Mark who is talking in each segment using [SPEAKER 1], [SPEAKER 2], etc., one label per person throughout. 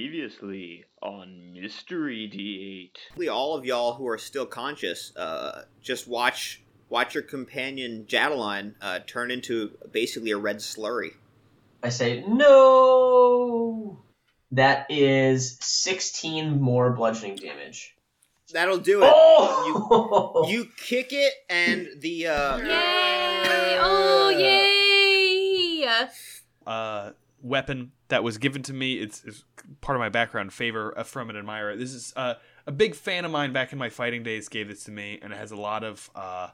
[SPEAKER 1] Previously on Mystery D8.
[SPEAKER 2] Hopefully all of y'all who are still conscious, uh, just watch watch your companion Jadeline uh, turn into basically a red slurry.
[SPEAKER 3] I say, no! That is 16 more bludgeoning damage.
[SPEAKER 2] That'll do it.
[SPEAKER 3] Oh!
[SPEAKER 2] You kick it, and the uh,
[SPEAKER 3] Uh,
[SPEAKER 4] Yay! Oh, yay!
[SPEAKER 5] uh, weapon that was given to me. It's, it's part of my background favor uh, from an admirer. This is uh, a big fan of mine back in my fighting days gave this to me, and it has a lot of uh,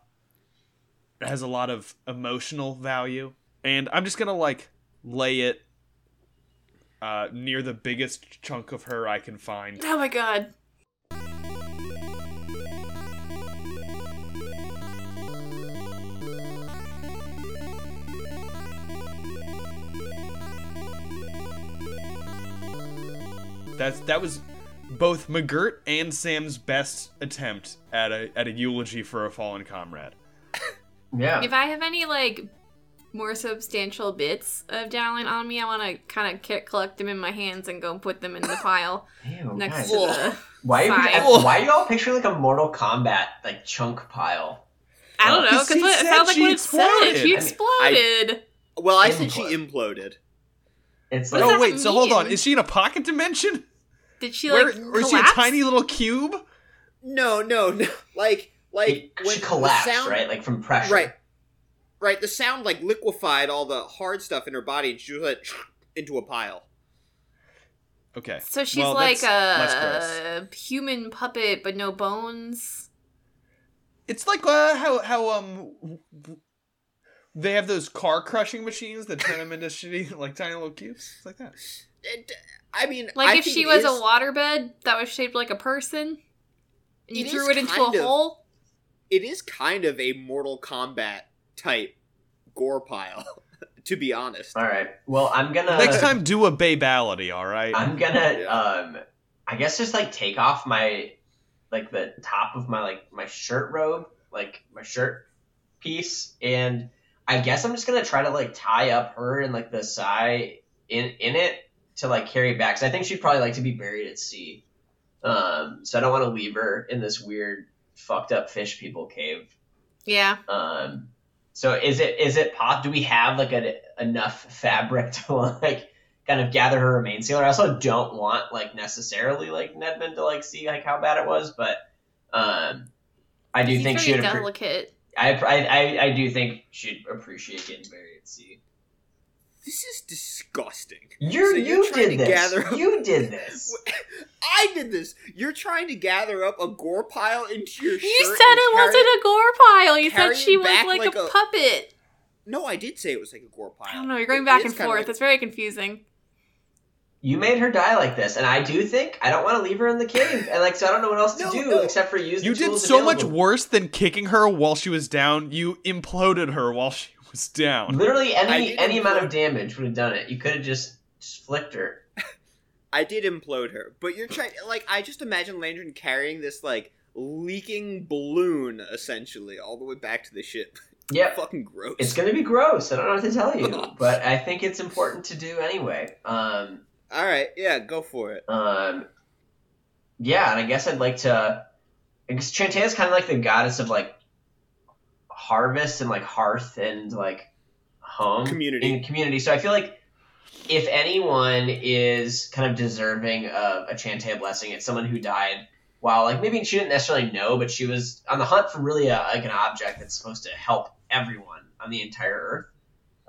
[SPEAKER 5] it has a lot of emotional value. And I'm just gonna like lay it uh, near the biggest chunk of her I can find.
[SPEAKER 4] Oh my god.
[SPEAKER 5] That's that was both McGirt and Sam's best attempt at a at a eulogy for a fallen comrade.
[SPEAKER 3] yeah.
[SPEAKER 4] If I have any, like, more substantial bits of Dowling on me, I want to kind of k- collect them in my hands and go and put them in the pile
[SPEAKER 3] Ew,
[SPEAKER 4] next
[SPEAKER 3] guys.
[SPEAKER 4] to the.
[SPEAKER 3] why,
[SPEAKER 4] five.
[SPEAKER 3] are you, why are you all picturing like a Mortal Kombat like chunk pile?
[SPEAKER 4] I don't know,
[SPEAKER 5] Because
[SPEAKER 4] because
[SPEAKER 5] he
[SPEAKER 4] it
[SPEAKER 5] said
[SPEAKER 4] sounds like
[SPEAKER 5] she
[SPEAKER 4] what it said. She exploded.
[SPEAKER 2] well, I said she imploded.
[SPEAKER 3] It's
[SPEAKER 4] What
[SPEAKER 3] like
[SPEAKER 4] does
[SPEAKER 5] oh
[SPEAKER 4] that
[SPEAKER 5] wait, so hold on,
[SPEAKER 4] mean?
[SPEAKER 5] is she in a pocket dimension?
[SPEAKER 4] Did she, like,
[SPEAKER 5] Where- or is she a
[SPEAKER 4] collapse?
[SPEAKER 5] tiny little cube?
[SPEAKER 2] No, no, no. Like, like
[SPEAKER 3] it,
[SPEAKER 2] when
[SPEAKER 3] she collapsed,
[SPEAKER 2] the sound,
[SPEAKER 3] right? Like from pressure.
[SPEAKER 2] Right. Right. The sound like liquefied all the hard stuff in her body, and she was like into a pile.
[SPEAKER 5] Okay.
[SPEAKER 4] So she's
[SPEAKER 5] Well,
[SPEAKER 4] like
[SPEAKER 5] that's- that's gross.
[SPEAKER 4] a human puppet, but no bones.
[SPEAKER 5] It's like uh, how how um w- w- they have those car crushing machines that turn them into shitty like tiny little cubes. It's like that.
[SPEAKER 2] It, I mean,
[SPEAKER 4] Like
[SPEAKER 2] I
[SPEAKER 4] if
[SPEAKER 2] think
[SPEAKER 4] she
[SPEAKER 2] it is-
[SPEAKER 4] was a waterbed that was shaped like a person, and you
[SPEAKER 2] It
[SPEAKER 4] threw
[SPEAKER 2] is
[SPEAKER 4] it into
[SPEAKER 2] kind
[SPEAKER 4] a
[SPEAKER 2] of-
[SPEAKER 4] hole.
[SPEAKER 2] it is kind of a Mortal Kombat type gore pile, to be honest.
[SPEAKER 3] All right. Well, I'm gonna
[SPEAKER 5] Next time, do a babality. All right.
[SPEAKER 3] I'm gonna
[SPEAKER 2] Yeah.
[SPEAKER 3] um I guess just like take off my like the top of my like my shirt robe, like my shirt piece and I guess I'm just gonna try to like tie up her and like the sigh in in it to like carry back. 'Cause I think she'd probably like to be buried at sea. Um so I don't wanna leave her in this weird fucked up fish people cave.
[SPEAKER 4] Yeah,
[SPEAKER 3] Um, so is it is it pop? Do we have like a, enough fabric to like kind of gather her remains together? I also don't want like necessarily like Nedman to like see like how bad it was, but um, I do
[SPEAKER 4] She's
[SPEAKER 3] think she
[SPEAKER 4] very
[SPEAKER 3] would. Appre-
[SPEAKER 4] delicate.
[SPEAKER 3] I, I I I do think she'd appreciate getting buried at sea.
[SPEAKER 2] This is disgusting.
[SPEAKER 3] You're,
[SPEAKER 2] So you're
[SPEAKER 3] you
[SPEAKER 2] trying
[SPEAKER 3] did
[SPEAKER 2] to
[SPEAKER 3] this.
[SPEAKER 2] gather-
[SPEAKER 3] You did this.
[SPEAKER 2] I did this. You're trying to gather up a gore pile into your shirt.
[SPEAKER 4] You said
[SPEAKER 2] and
[SPEAKER 4] it
[SPEAKER 2] carry-
[SPEAKER 4] wasn't a gore pile. You said
[SPEAKER 2] carry
[SPEAKER 4] she
[SPEAKER 2] it
[SPEAKER 4] was
[SPEAKER 2] back
[SPEAKER 4] like,
[SPEAKER 2] like
[SPEAKER 4] a,
[SPEAKER 2] a-
[SPEAKER 4] puppet.
[SPEAKER 2] No, I did say it was like a gore pile.
[SPEAKER 4] I don't know. You're going
[SPEAKER 2] It
[SPEAKER 4] back
[SPEAKER 2] is
[SPEAKER 4] and
[SPEAKER 2] kinda
[SPEAKER 4] forth.
[SPEAKER 2] like-
[SPEAKER 4] It's very confusing.
[SPEAKER 3] You made her die like this, and I do think I don't want to leave her in the cave, and like so I don't know what else to
[SPEAKER 2] No,
[SPEAKER 3] do
[SPEAKER 2] no.
[SPEAKER 3] except for use.
[SPEAKER 5] you
[SPEAKER 3] the
[SPEAKER 5] did
[SPEAKER 3] tools
[SPEAKER 5] so much
[SPEAKER 3] available.
[SPEAKER 5] worse than kicking her while she was down. You imploded her while she was down.
[SPEAKER 3] Literally
[SPEAKER 2] I
[SPEAKER 3] any
[SPEAKER 2] didn't
[SPEAKER 3] any amount of
[SPEAKER 2] vote.
[SPEAKER 3] damage would have done it. You could have just, just flicked her.
[SPEAKER 2] I did implode her, but you're trying. Like I just imagine Landrin carrying this like leaking balloon essentially all the way back to the ship.
[SPEAKER 3] Yep.
[SPEAKER 2] Fucking gross.
[SPEAKER 3] It's gonna be gross. I don't know what to tell you, but I think it's important to do anyway. Um,
[SPEAKER 2] All right, yeah, go for it.
[SPEAKER 3] um, yeah, and I guess I'd like to. Because Chantana's kind of like the goddess of like harvest and like hearth and like home
[SPEAKER 2] Community.
[SPEAKER 3] and community. So I feel like if anyone is kind of deserving of a Chantea blessing, it's someone who died while like maybe she didn't necessarily know, but she was on the hunt for really a, like an object that's supposed to help everyone on the entire earth.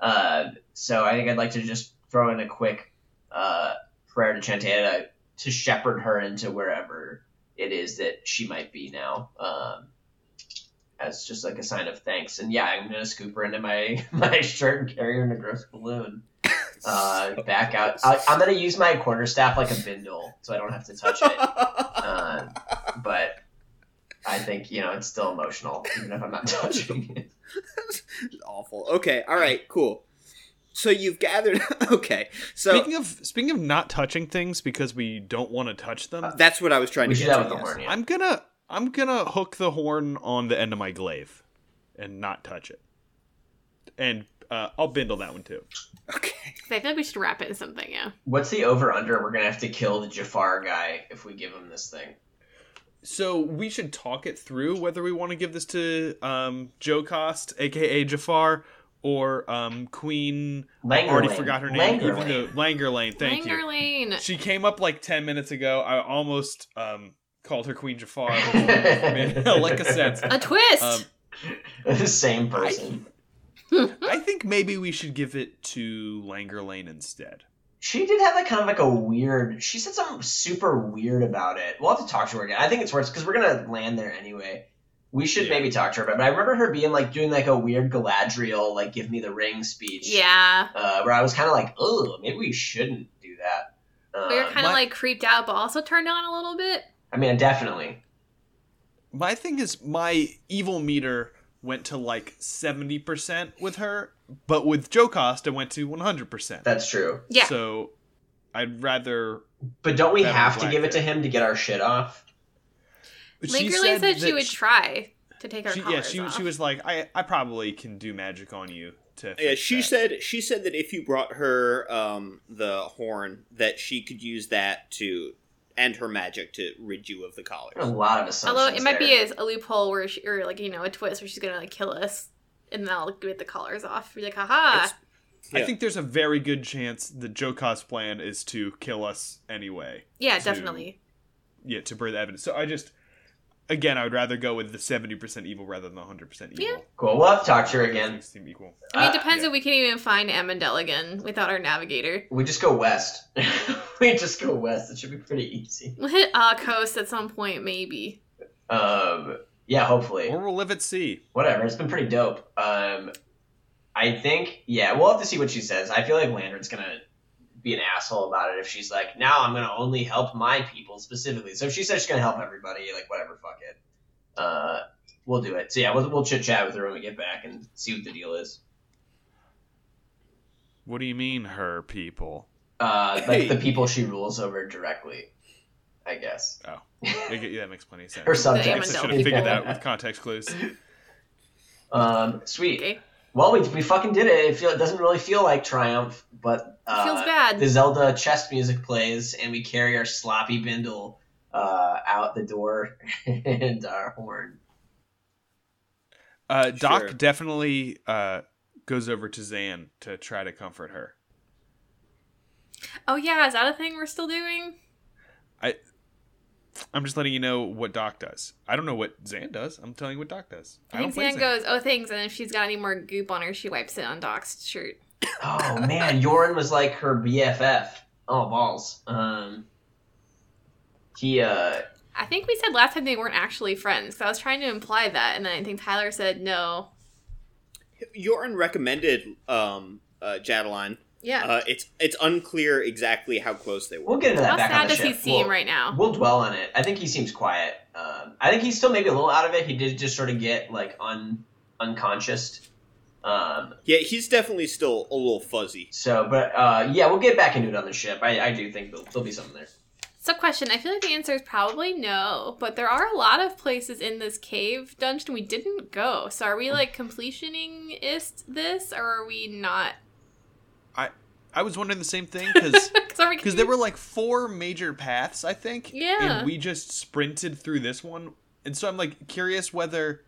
[SPEAKER 3] Uh, so I think I'd like to just throw in a quick uh, prayer to Chantea to, to shepherd her into wherever it is that she might be now. Um, as just like a sign of thanks. And yeah, I'm gonna scoop her into my my shirt and carry her in a gross balloon. Uh, back out. I, I'm gonna use my quarterstaff like a bindle, so I don't have to touch it. Um, but I think you know it's still emotional, even if I'm not touching it.
[SPEAKER 2] Awful. Okay, all right, cool. So you've gathered. okay, so
[SPEAKER 5] Speaking of speaking of not touching things because we don't want to touch them,
[SPEAKER 2] that's what I was trying
[SPEAKER 3] We
[SPEAKER 2] to
[SPEAKER 3] should
[SPEAKER 2] get.
[SPEAKER 3] have
[SPEAKER 2] to,
[SPEAKER 3] with the
[SPEAKER 2] yes.
[SPEAKER 3] horn. Yeah.
[SPEAKER 5] I'm gonna I'm gonna hook the horn on the end of my glaive and not touch it. And Uh, I'll bindle that one too.
[SPEAKER 2] Okay.
[SPEAKER 4] 'Cause I feel like we should wrap it in something, yeah.
[SPEAKER 3] What's the over under? We're gonna have to kill the Jafar guy if we give him this thing.
[SPEAKER 5] So we should talk it through whether we want to give this to um, Joe Cost, aka Jafar, or um, Queen. I
[SPEAKER 3] Langerling.
[SPEAKER 5] already forgot her name. Even
[SPEAKER 3] Langerling.
[SPEAKER 5] though Langerlane, thank you.
[SPEAKER 4] Langerlane.
[SPEAKER 5] She came up like ten minutes ago. I almost um, called her Queen Jafar. like a sense.
[SPEAKER 4] A twist!
[SPEAKER 5] Um,
[SPEAKER 3] the same person.
[SPEAKER 5] I think maybe we should give it to Langerlane instead.
[SPEAKER 3] She did have like kind of like a weird. She said something super weird about it. We'll have to talk to her again. I think it's worth because we're gonna land there anyway. We should
[SPEAKER 5] Yeah.
[SPEAKER 3] maybe talk to her about. it. But I remember her being like doing like a weird Galadriel like give me the ring speech.
[SPEAKER 4] yeah.
[SPEAKER 3] Uh, where I was kind of like, oh, maybe we shouldn't do that. Um,
[SPEAKER 4] We were kind of
[SPEAKER 5] uh, my-
[SPEAKER 4] like creeped out, but also turned on a little bit.
[SPEAKER 3] I mean, definitely.
[SPEAKER 5] My thing is, my evil meter went to like 70% with her, but with Joe Cost, it went to 100%.
[SPEAKER 3] That's true.
[SPEAKER 4] Yeah.
[SPEAKER 5] So I'd rather.
[SPEAKER 3] But don't we
[SPEAKER 5] That
[SPEAKER 3] have
[SPEAKER 5] was
[SPEAKER 3] to
[SPEAKER 5] whack
[SPEAKER 3] give it to
[SPEAKER 5] there.
[SPEAKER 3] him to get our shit off?
[SPEAKER 4] Langerlane said, she
[SPEAKER 5] that
[SPEAKER 4] would try to take her
[SPEAKER 5] she- yeah,
[SPEAKER 4] collars
[SPEAKER 5] she,
[SPEAKER 4] off.
[SPEAKER 5] she was like, I, I probably can do magic on you to.
[SPEAKER 2] Yeah,
[SPEAKER 5] fix
[SPEAKER 2] she
[SPEAKER 5] that."
[SPEAKER 2] said she said that if you brought her um, the horn, that she could use that to and her magic to rid you of the collar.
[SPEAKER 3] A lot of assumptions.
[SPEAKER 4] Although it might be
[SPEAKER 3] there.
[SPEAKER 4] a, a loophole where she, or like you know a twist where she's gonna like kill us, and then I'll get the collars off. Be like, haha.
[SPEAKER 2] It's-
[SPEAKER 5] I
[SPEAKER 2] Yeah.
[SPEAKER 5] think there's a very good chance that Joe Cost's plan is to kill us anyway.
[SPEAKER 4] Yeah,
[SPEAKER 5] to-
[SPEAKER 4] definitely.
[SPEAKER 5] yeah to birth evidence so i just again i would rather go with the 70% evil rather than the 100% evil
[SPEAKER 4] Yeah.
[SPEAKER 3] Cool. We'll have to talk to her
[SPEAKER 5] Those
[SPEAKER 3] again.
[SPEAKER 5] things seem equal
[SPEAKER 4] I mean, it
[SPEAKER 3] Uh,
[SPEAKER 4] depends
[SPEAKER 5] Ah, yeah.
[SPEAKER 4] if we can even find Amandel again without our navigator.
[SPEAKER 3] We just go west. we just go west. It should be pretty easy.
[SPEAKER 4] We'll hit uh, coast at some point, maybe.
[SPEAKER 3] Um, yeah, hopefully.
[SPEAKER 5] or we'll live at sea
[SPEAKER 3] Whatever. It's been pretty dope. Um, I think. Yeah, we'll have to see what she says. I feel like Landron's gonna be an asshole about it if she's like, "Now I'm gonna only help my people specifically." So if she says she's gonna help everybody, like whatever, fuck it. Uh, we'll do it. So yeah, we'll, we'll chit chat with her when we get back and see what the deal is.
[SPEAKER 5] what do you mean her people
[SPEAKER 3] Uh, like the people she rules over directly, I guess.
[SPEAKER 5] Oh. I get- yeah, that makes plenty of sense
[SPEAKER 3] Her
[SPEAKER 5] i
[SPEAKER 3] subjects.
[SPEAKER 5] guess
[SPEAKER 4] Amandel
[SPEAKER 5] i should have figured that out with context clues
[SPEAKER 3] Um, sweet.
[SPEAKER 4] Okay,
[SPEAKER 3] Well, we, we fucking did it. It, feel, it doesn't really feel like triumph, but uh,
[SPEAKER 4] feels bad.
[SPEAKER 3] The Zelda chest music plays, and we carry our sloppy bindle uh, out the door and our horn.
[SPEAKER 5] uh, doc
[SPEAKER 2] Sure.
[SPEAKER 5] definitely uh, goes over to zan to try to comfort her
[SPEAKER 4] oh yeah, is that a thing we're still doing?
[SPEAKER 5] i'm just letting you know what doc does i don't know what zan does i'm telling you what doc does
[SPEAKER 4] I think
[SPEAKER 5] don't play
[SPEAKER 4] Zan goes, oh thanks, and if she's got any more goop on her, she wipes it on Doc's shirt.
[SPEAKER 3] Oh man, Yorin was like her BFF. Oh balls. Um, he uh,
[SPEAKER 4] I think we said last time they weren't actually friends, so I was trying to imply that, and then I think Tyler said no.
[SPEAKER 2] Yorin recommended um, uh, Jadeline.
[SPEAKER 4] Yeah.
[SPEAKER 2] Uh, it's it's unclear exactly how close they were.
[SPEAKER 3] we'll get into that
[SPEAKER 4] How
[SPEAKER 3] back on
[SPEAKER 4] sad
[SPEAKER 3] the
[SPEAKER 4] does he
[SPEAKER 3] ship.
[SPEAKER 4] seem
[SPEAKER 3] We'll-
[SPEAKER 4] right now?
[SPEAKER 3] We'll dwell on it. I think he seems quiet. Um, I think he's still maybe a little out of it. He did just sort of get like un unconscious. Um,
[SPEAKER 2] Yeah, he's definitely still a little fuzzy.
[SPEAKER 3] so, but uh, yeah, we'll get back into it on the ship. I, I do think there'll, there'll be something there.
[SPEAKER 4] Sub question. I feel like the answer is probably no, but there are a lot of places in this cave dungeon we didn't go. So are we like completioning ist this or are we not?
[SPEAKER 5] i was wondering the same thing because
[SPEAKER 4] Because
[SPEAKER 5] Because there were like four major paths, I think.
[SPEAKER 4] Yeah.
[SPEAKER 5] And we just sprinted through this one. And so I'm like curious whether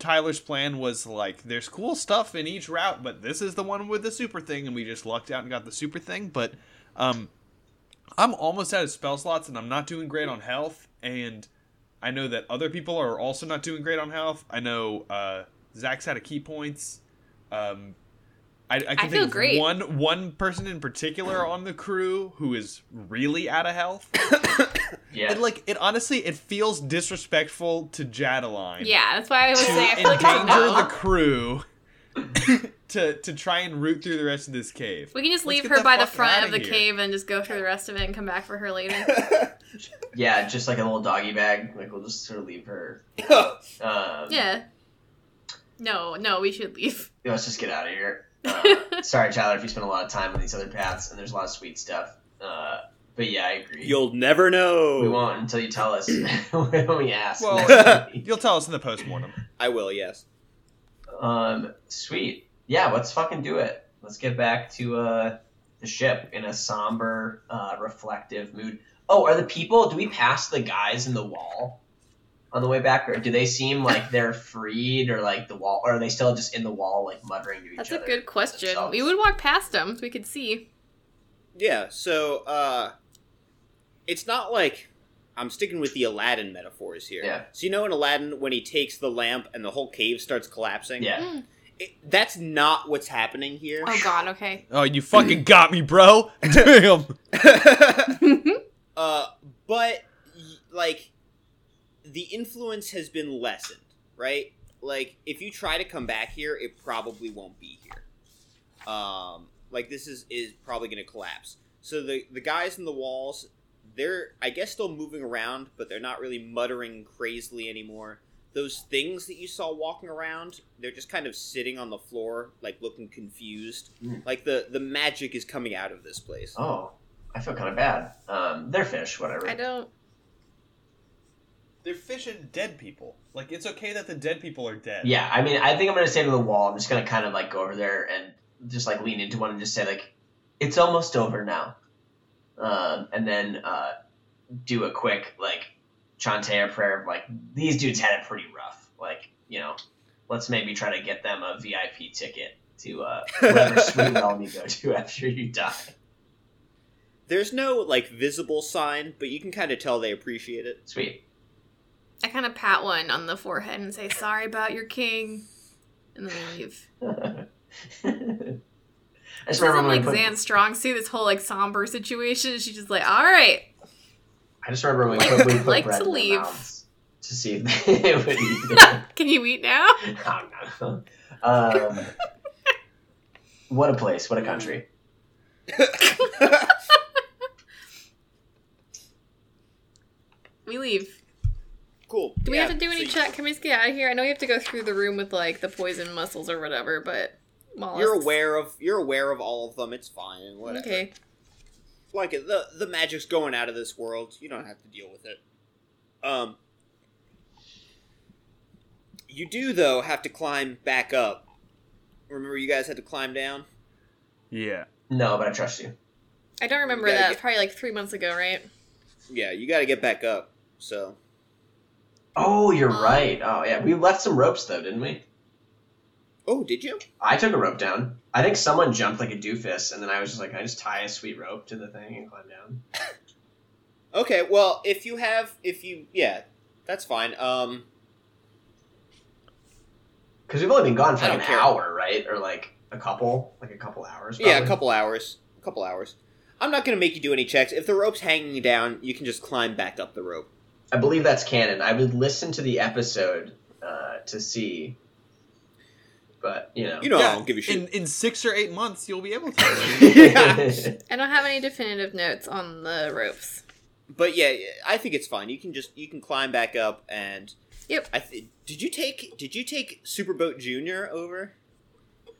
[SPEAKER 5] Tyler's plan was like, there's cool stuff in each route, but this is the one with the super thing. And we just lucked out and got the super thing. But um, I'm almost out of spell slots and I'm not doing great on health. And I know that other people are also not doing great on health. I know uh, Zach's out of key points. Um, I, I
[SPEAKER 4] feel
[SPEAKER 5] can think of
[SPEAKER 4] great.
[SPEAKER 5] one one person in particular on the crew who is really out of health.
[SPEAKER 3] Yeah.
[SPEAKER 5] it, like it honestly, it feels disrespectful to Jadeline
[SPEAKER 4] Yeah, that's why I was
[SPEAKER 5] to
[SPEAKER 4] saying I feel like it's a
[SPEAKER 5] endanger
[SPEAKER 4] no.
[SPEAKER 5] the crew to to try and root through the rest of this cave.
[SPEAKER 4] we can just
[SPEAKER 5] Let's
[SPEAKER 4] leave
[SPEAKER 5] get
[SPEAKER 4] her
[SPEAKER 5] that
[SPEAKER 4] by the
[SPEAKER 5] fucker
[SPEAKER 4] front
[SPEAKER 5] outta
[SPEAKER 4] of the
[SPEAKER 5] here.
[SPEAKER 4] cave and just go through the rest of it and come back for her later.
[SPEAKER 3] yeah, just like a little doggy bag. Like we'll just sort of leave her. Um,
[SPEAKER 4] yeah. No, no, we should leave.
[SPEAKER 3] Let's just get out of here. Uh, sorry, Tyler, if you spend a lot of time on these other paths, and there's a lot of sweet stuff. Uh, but yeah, I agree.
[SPEAKER 2] You'll never know.
[SPEAKER 3] we won't until you tell us when we ask.
[SPEAKER 5] Well,
[SPEAKER 3] next week.
[SPEAKER 5] You'll tell us in the postmortem.
[SPEAKER 2] I will. Yes.
[SPEAKER 3] Um, sweet. yeah, let's fucking do it. Let's get back to uh, the ship in a somber, uh, reflective mood. Oh, are the people? Do we pass the guys in the wall on the way back, or do they seem like they're freed, or like the wall, or are they still just in the wall, like muttering to each
[SPEAKER 4] That's a
[SPEAKER 3] other?
[SPEAKER 4] good question.
[SPEAKER 3] themselves?
[SPEAKER 4] We would walk past them so we could see.
[SPEAKER 2] Yeah, so uh it's not like I'm sticking with the Aladdin metaphors here.
[SPEAKER 3] Yeah.
[SPEAKER 2] So you know in Aladdin when he takes the lamp and the whole cave starts collapsing?
[SPEAKER 3] Yeah.
[SPEAKER 2] It, that's not what's happening here.
[SPEAKER 4] Oh god, okay.
[SPEAKER 5] Oh, you fucking got me, bro. Damn.
[SPEAKER 2] uh but y- like the influence has been lessened, right? Like if you try to come back here, it probably won't be here. Um like this is is probably going to collapse. So the the guys in the walls, they're I guess still moving around, but they're not really muttering crazily anymore. Those things that you saw walking around, they're just kind of sitting on the floor, like looking confused.
[SPEAKER 3] Mm.
[SPEAKER 2] Like the the magic is coming out of this place.
[SPEAKER 3] Oh, I feel kind of bad. Um, they're fish, whatever.
[SPEAKER 4] I don't
[SPEAKER 5] They're fish and dead people. Like it's okay that the dead people are dead.
[SPEAKER 3] Yeah, I mean, I think I'm gonna say to the wall. I'm just gonna kind of like go over there and just like lean into one and just say like, "It's almost over now," um, and then uh, do a quick like Chantea prayer of like, "These dudes had it pretty rough. Like, you know, let's maybe try to get them a VIP ticket to uh, whatever sweet realm you go to after you die."
[SPEAKER 2] There's no like visible sign, but you can kind of tell they appreciate it.
[SPEAKER 3] Sweet.
[SPEAKER 4] I kind of pat one on the forehead and say, "Sorry about your king," and then we leave.
[SPEAKER 3] I just
[SPEAKER 4] This isn't
[SPEAKER 3] remember when
[SPEAKER 4] like
[SPEAKER 3] we put,
[SPEAKER 4] Zan's strong suit. This whole like somber situation. She's just like, "All right,
[SPEAKER 3] I just remember when we put, we put
[SPEAKER 4] like
[SPEAKER 3] bread
[SPEAKER 4] to
[SPEAKER 3] in their
[SPEAKER 4] leave.
[SPEAKER 3] mouths to see if they would eat it.
[SPEAKER 4] can you eat now?"
[SPEAKER 3] Oh, no. Um, what a place. What a country.
[SPEAKER 4] We leave.
[SPEAKER 2] cool.
[SPEAKER 4] Do we
[SPEAKER 2] Yeah,
[SPEAKER 4] have to do
[SPEAKER 2] so
[SPEAKER 4] any
[SPEAKER 2] you-
[SPEAKER 4] check? Can we just get out of here? I know we have to go through the room with like the poison mussels or whatever, but mollusks.
[SPEAKER 2] You're aware of you're aware of all of them. It's fine. Whatever.
[SPEAKER 4] Okay.
[SPEAKER 2] Like the the magic's going out of this world. You don't have to deal with it. Um. You do though have to climb back up. Remember, you guys had to climb down.
[SPEAKER 5] Yeah.
[SPEAKER 3] No, but I trust you.
[SPEAKER 4] I don't remember
[SPEAKER 2] We gotta
[SPEAKER 4] that.
[SPEAKER 2] get-
[SPEAKER 4] Probably like three months ago, right?
[SPEAKER 2] Yeah, you got to get back up. So
[SPEAKER 3] Oh, you're
[SPEAKER 4] Um,
[SPEAKER 3] right. Oh, yeah. We left some ropes, though, didn't we?
[SPEAKER 2] oh, did you?
[SPEAKER 3] I took a rope down. I think someone jumped like a doofus, and then I was just like, "Can I just tie a sweet rope to the thing and climb down.
[SPEAKER 2] Okay, well, if you have, if you, yeah, that's fine. Um,
[SPEAKER 3] Because we've only been gone for
[SPEAKER 2] I
[SPEAKER 3] like an
[SPEAKER 2] don't care.
[SPEAKER 3] hour, right? Or like a couple, like a couple hours.
[SPEAKER 2] yeah, a
[SPEAKER 3] probably.
[SPEAKER 2] couple hours, a couple hours. I'm not gonna make you do any checks. If the rope's hanging down, you can just climb back up the rope.
[SPEAKER 3] I believe that's canon. I would listen to the episode uh, to see, but you know.
[SPEAKER 2] You know,
[SPEAKER 5] Yeah,
[SPEAKER 2] I don't give a shit.
[SPEAKER 5] In in six or eight months, you'll be able to.
[SPEAKER 4] I don't have any definitive notes on the ropes.
[SPEAKER 2] But yeah, I think it's fine. You can just you can climb back up and.
[SPEAKER 4] Yep.
[SPEAKER 2] I th- did you take did you take Superboat Junior over?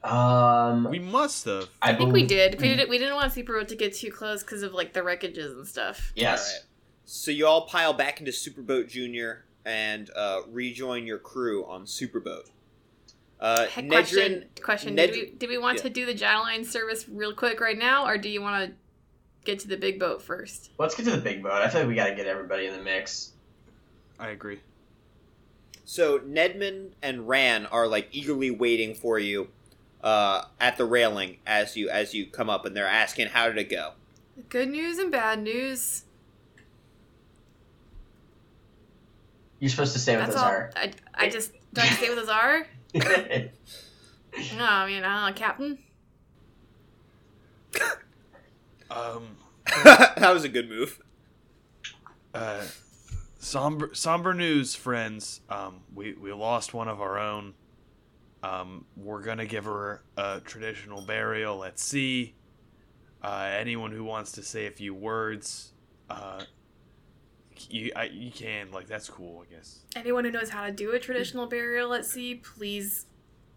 [SPEAKER 3] um,
[SPEAKER 5] we must have.
[SPEAKER 3] I, Mm.
[SPEAKER 4] I think we
[SPEAKER 3] believe-
[SPEAKER 4] did. We didn't. We didn't want Superboat to get too close because of like the wreckages and stuff.
[SPEAKER 3] Yes.
[SPEAKER 2] Alright. So you all pile back into Superboat Junior and uh, rejoin your crew on Superboat. Uh,
[SPEAKER 4] Heck,
[SPEAKER 2] Nedrin
[SPEAKER 4] question.
[SPEAKER 2] Nedrin-
[SPEAKER 4] Question. did we did we want
[SPEAKER 2] yeah.
[SPEAKER 4] to do the Jadaline service real quick right now, or do you want to get to the big boat first?
[SPEAKER 3] Let's get to the big boat. I feel like we got to get everybody in the mix.
[SPEAKER 5] I agree.
[SPEAKER 2] So Nedman and Ran are like eagerly waiting for you uh, at the railing as you as you come up, and they're asking how did it go.
[SPEAKER 4] Good news and bad news.
[SPEAKER 3] You're supposed to stay with
[SPEAKER 4] That's
[SPEAKER 3] us,
[SPEAKER 4] all.
[SPEAKER 3] are.
[SPEAKER 4] I, I just don't you stay with Azar. No, I mean, I don't know, Captain.
[SPEAKER 5] Um.
[SPEAKER 2] that was a good move.
[SPEAKER 5] Uh. Somber, somber news, friends. Um, we we lost one of our own. Um, we're gonna give her a traditional burial at sea. Uh, anyone who wants to say a few words, uh, you I, you can like that's cool, I guess.
[SPEAKER 4] Anyone who knows how to do a traditional burial at sea, please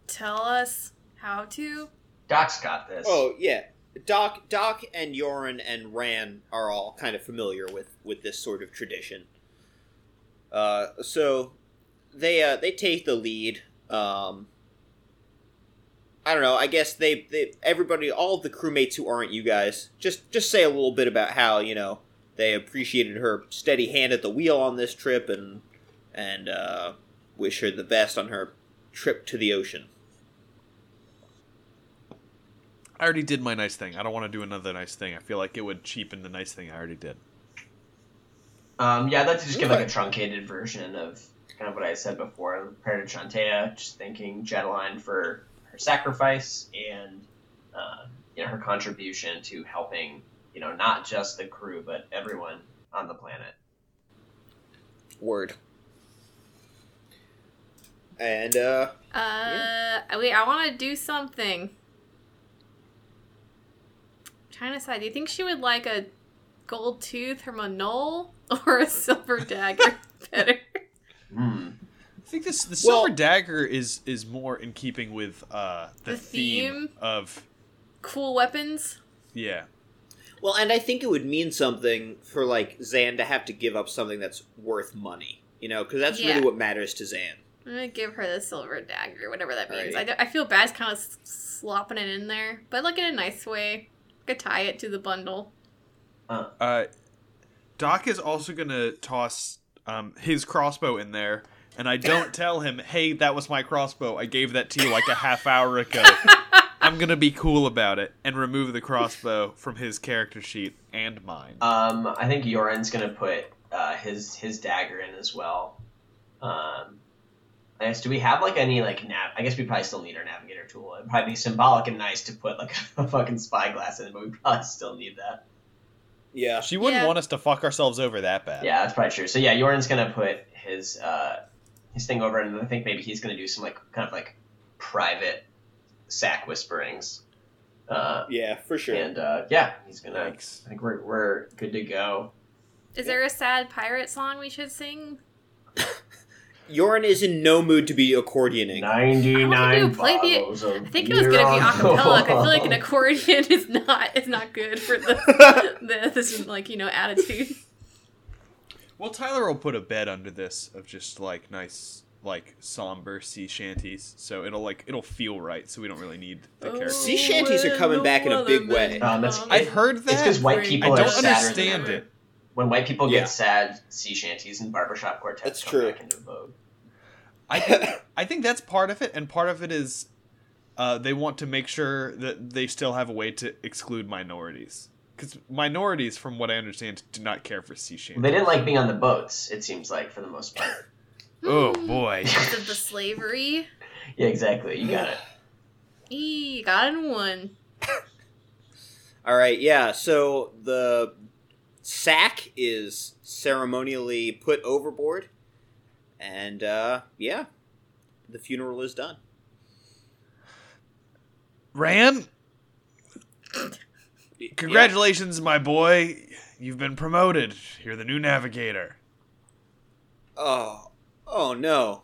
[SPEAKER 4] tell us how to.
[SPEAKER 3] Doc's got this.
[SPEAKER 2] Oh yeah, Doc Doc and Yoren and Ran are all kind of familiar with with this sort of tradition. Uh, so they uh, they take the lead. Um, I don't know. I guess they, they everybody, all of the crewmates who aren't you guys, just just say a little bit about how you know they appreciated her steady hand at the wheel on this trip and and uh, wish her the best on her trip to the ocean.
[SPEAKER 5] I already did my nice thing. I don't want to do another nice thing. I feel like it would cheapen the nice thing I already did.
[SPEAKER 3] Um, yeah, I'd like to just give like a
[SPEAKER 2] Okay.
[SPEAKER 3] truncated version of kind of what I said before. Prayer to Chantea, just thanking Jedeline for her sacrifice and uh, you know her contribution to helping you know not just the crew but everyone on the planet.
[SPEAKER 2] Word. And uh,
[SPEAKER 4] Uh, wait, I want to do something. I'm trying to decide. Do you think she would like a gold tooth from a knoll or a silver dagger better?
[SPEAKER 3] Hmm.
[SPEAKER 5] I think this the
[SPEAKER 2] Well-
[SPEAKER 5] silver dagger is is more in keeping with uh, the,
[SPEAKER 4] The
[SPEAKER 5] theme,
[SPEAKER 4] theme?
[SPEAKER 5] of
[SPEAKER 4] Cool weapons.
[SPEAKER 5] yeah.
[SPEAKER 2] well, and I think it would mean something for like Zan to have to give up something that's worth money, you know, because that's
[SPEAKER 4] Yeah.
[SPEAKER 2] really what matters to Zan.
[SPEAKER 4] I'm gonna give her the silver dagger, whatever that means. I,
[SPEAKER 2] Alrighty.
[SPEAKER 4] don't- I feel bad kind of slopping it in there, but like in a nice way. I could tie it to the bundle.
[SPEAKER 5] Uh, Doc is also gonna toss um, his crossbow in there, and I don't tell him, "Hey, that was my crossbow. I gave that to you like a half hour ago." I'm gonna be cool about it and remove the crossbow from his character sheet and mine.
[SPEAKER 3] Um, I think Yoren's gonna put uh, his his dagger in as well. Um, I guess do we have like any like nav? I guess we probably still need our navigator tool. It'd probably be symbolic and nice to put like a fucking spyglass in, but we probably still need that.
[SPEAKER 2] Yeah.
[SPEAKER 5] She wouldn't
[SPEAKER 4] Yeah.
[SPEAKER 5] want us to fuck ourselves over that bad.
[SPEAKER 3] Yeah, that's probably true. So yeah, Yoren's gonna put his uh, his thing over, and I think maybe he's gonna do some like kind of like private sack whisperings. Uh,
[SPEAKER 2] Yeah, for sure.
[SPEAKER 3] And uh, yeah, he's gonna.
[SPEAKER 5] Thanks.
[SPEAKER 3] I think we're we're good to go.
[SPEAKER 4] Is there a sad pirate song we should sing?
[SPEAKER 2] Yorin is in no mood to be accordioning.
[SPEAKER 3] Ninety
[SPEAKER 4] I wanna
[SPEAKER 3] nine
[SPEAKER 4] do play the-
[SPEAKER 3] bottles of
[SPEAKER 4] I think it was gonna be acapella. 'cause I feel like an accordion is not is not good for the, the this like you know attitude.
[SPEAKER 5] Well, Tyler will put a bed under this of just like nice, like somber sea shanties, so it'll like it'll feel right. So we don't really need
[SPEAKER 4] Oh.
[SPEAKER 5] the character.
[SPEAKER 2] Sea shanties are coming back in a big way.
[SPEAKER 3] Um, that's-
[SPEAKER 5] I've heard
[SPEAKER 3] It's
[SPEAKER 5] that.
[SPEAKER 3] because white
[SPEAKER 4] Three.
[SPEAKER 5] I
[SPEAKER 3] people
[SPEAKER 5] don't
[SPEAKER 3] are sadder than
[SPEAKER 5] understand
[SPEAKER 3] ever.
[SPEAKER 5] it.
[SPEAKER 3] When white people
[SPEAKER 2] Yeah.
[SPEAKER 3] get sad, sea shanties and barbershop quartets
[SPEAKER 2] That's
[SPEAKER 3] come
[SPEAKER 2] true.
[SPEAKER 3] back into vogue.
[SPEAKER 5] I think, I think that's part of it, and part of it is uh, they want to make sure that they still have a way to exclude minorities. Because minorities, from what I understand, do not care for sea
[SPEAKER 3] Well, they
[SPEAKER 5] shanties.
[SPEAKER 3] didn't like being on the boats. It seems like for the most part.
[SPEAKER 5] Oh boy.
[SPEAKER 4] Because of the slavery.
[SPEAKER 3] yeah, exactly. You got it.
[SPEAKER 4] E got in one.
[SPEAKER 2] All right, yeah. So the sack is ceremonially put overboard, and uh, yeah, the funeral is done.
[SPEAKER 5] Ran, congratulations, my boy. You've been promoted. You're the new navigator.
[SPEAKER 2] Yeah. Oh, oh no.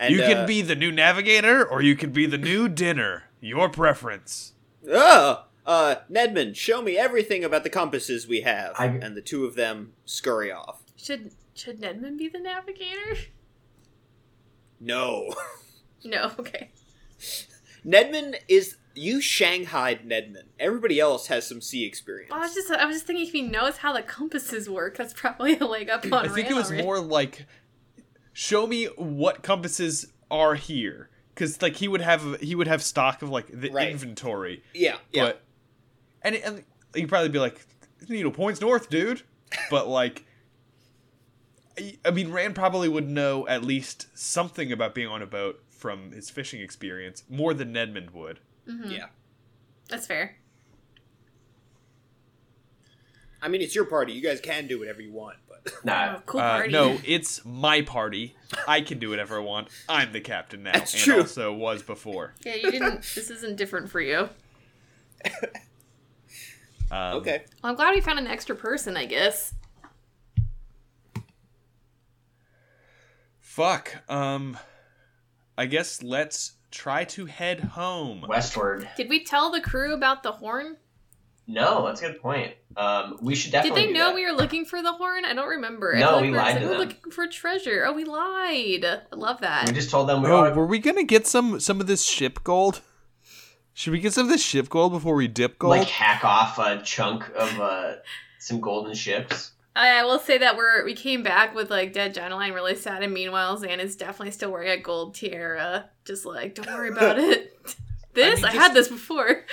[SPEAKER 2] And,
[SPEAKER 5] you can
[SPEAKER 2] uh,
[SPEAKER 5] be the new navigator, or you can be the new dinner. Your preference.
[SPEAKER 2] Oh, uh, Nedman, show me everything about the compasses we have.
[SPEAKER 3] I-
[SPEAKER 2] And the two of them scurry off.
[SPEAKER 4] Should should Nedman be the navigator?
[SPEAKER 2] No.
[SPEAKER 4] No. Okay.
[SPEAKER 2] Nedman is you Shanghaied Nedman. Everybody else has some sea experience.
[SPEAKER 4] Well, I was just I was just thinking if he knows how the compasses work, that's probably a leg up on.
[SPEAKER 5] I think it
[SPEAKER 4] Ran
[SPEAKER 5] was
[SPEAKER 4] already.
[SPEAKER 5] more like, show me what compasses are here, because like he would have he would have stock of like the
[SPEAKER 2] Right.
[SPEAKER 5] inventory,
[SPEAKER 2] yeah, yeah.
[SPEAKER 5] but and and you'd probably be like, needle points north, dude, but like. I- I mean, Rand probably would know at least something about being on a boat from his fishing experience, more than Nedmund would.
[SPEAKER 4] Mhm.
[SPEAKER 2] Yeah.
[SPEAKER 4] That's fair.
[SPEAKER 2] I mean, it's your party. You guys can do whatever you want, but
[SPEAKER 3] Nah,
[SPEAKER 4] Oh, cool
[SPEAKER 5] Uh,
[SPEAKER 4] party.
[SPEAKER 5] no, it's my party. I can do whatever I want. I'm the captain now,
[SPEAKER 2] That's
[SPEAKER 5] and
[SPEAKER 2] true.
[SPEAKER 5] also was before.
[SPEAKER 4] Yeah, you didn't. This isn't different for you.
[SPEAKER 5] Um,
[SPEAKER 2] okay.
[SPEAKER 4] Well, I'm glad we found an extra person, I guess.
[SPEAKER 5] Fuck. Um, I guess let's try to head home.
[SPEAKER 3] westward.
[SPEAKER 4] Did we tell the crew about the horn?
[SPEAKER 3] No, that's a good point. Um, we should
[SPEAKER 4] Did
[SPEAKER 3] definitely.
[SPEAKER 4] they
[SPEAKER 3] do
[SPEAKER 4] know
[SPEAKER 3] that.
[SPEAKER 4] we were looking for the horn? I don't remember. I
[SPEAKER 3] No,
[SPEAKER 4] feel like
[SPEAKER 3] we
[SPEAKER 4] were
[SPEAKER 3] lied
[SPEAKER 4] just
[SPEAKER 3] to
[SPEAKER 4] like, "We're
[SPEAKER 3] them.
[SPEAKER 4] looking for treasure. Oh, we lied. I love
[SPEAKER 3] We
[SPEAKER 4] that.
[SPEAKER 3] just told them we
[SPEAKER 5] Oh,
[SPEAKER 3] are-
[SPEAKER 5] were we gonna get some some of this ship gold? Should we get some of this ship gold before we dip gold?
[SPEAKER 3] like hack off a chunk of uh, some golden ships.
[SPEAKER 4] I, I will say that we're we came back with like dead Geneline really sad, and meanwhile Zan is definitely still wearing a gold tiara, just like don't worry about it. This I,
[SPEAKER 5] mean,
[SPEAKER 4] had this before.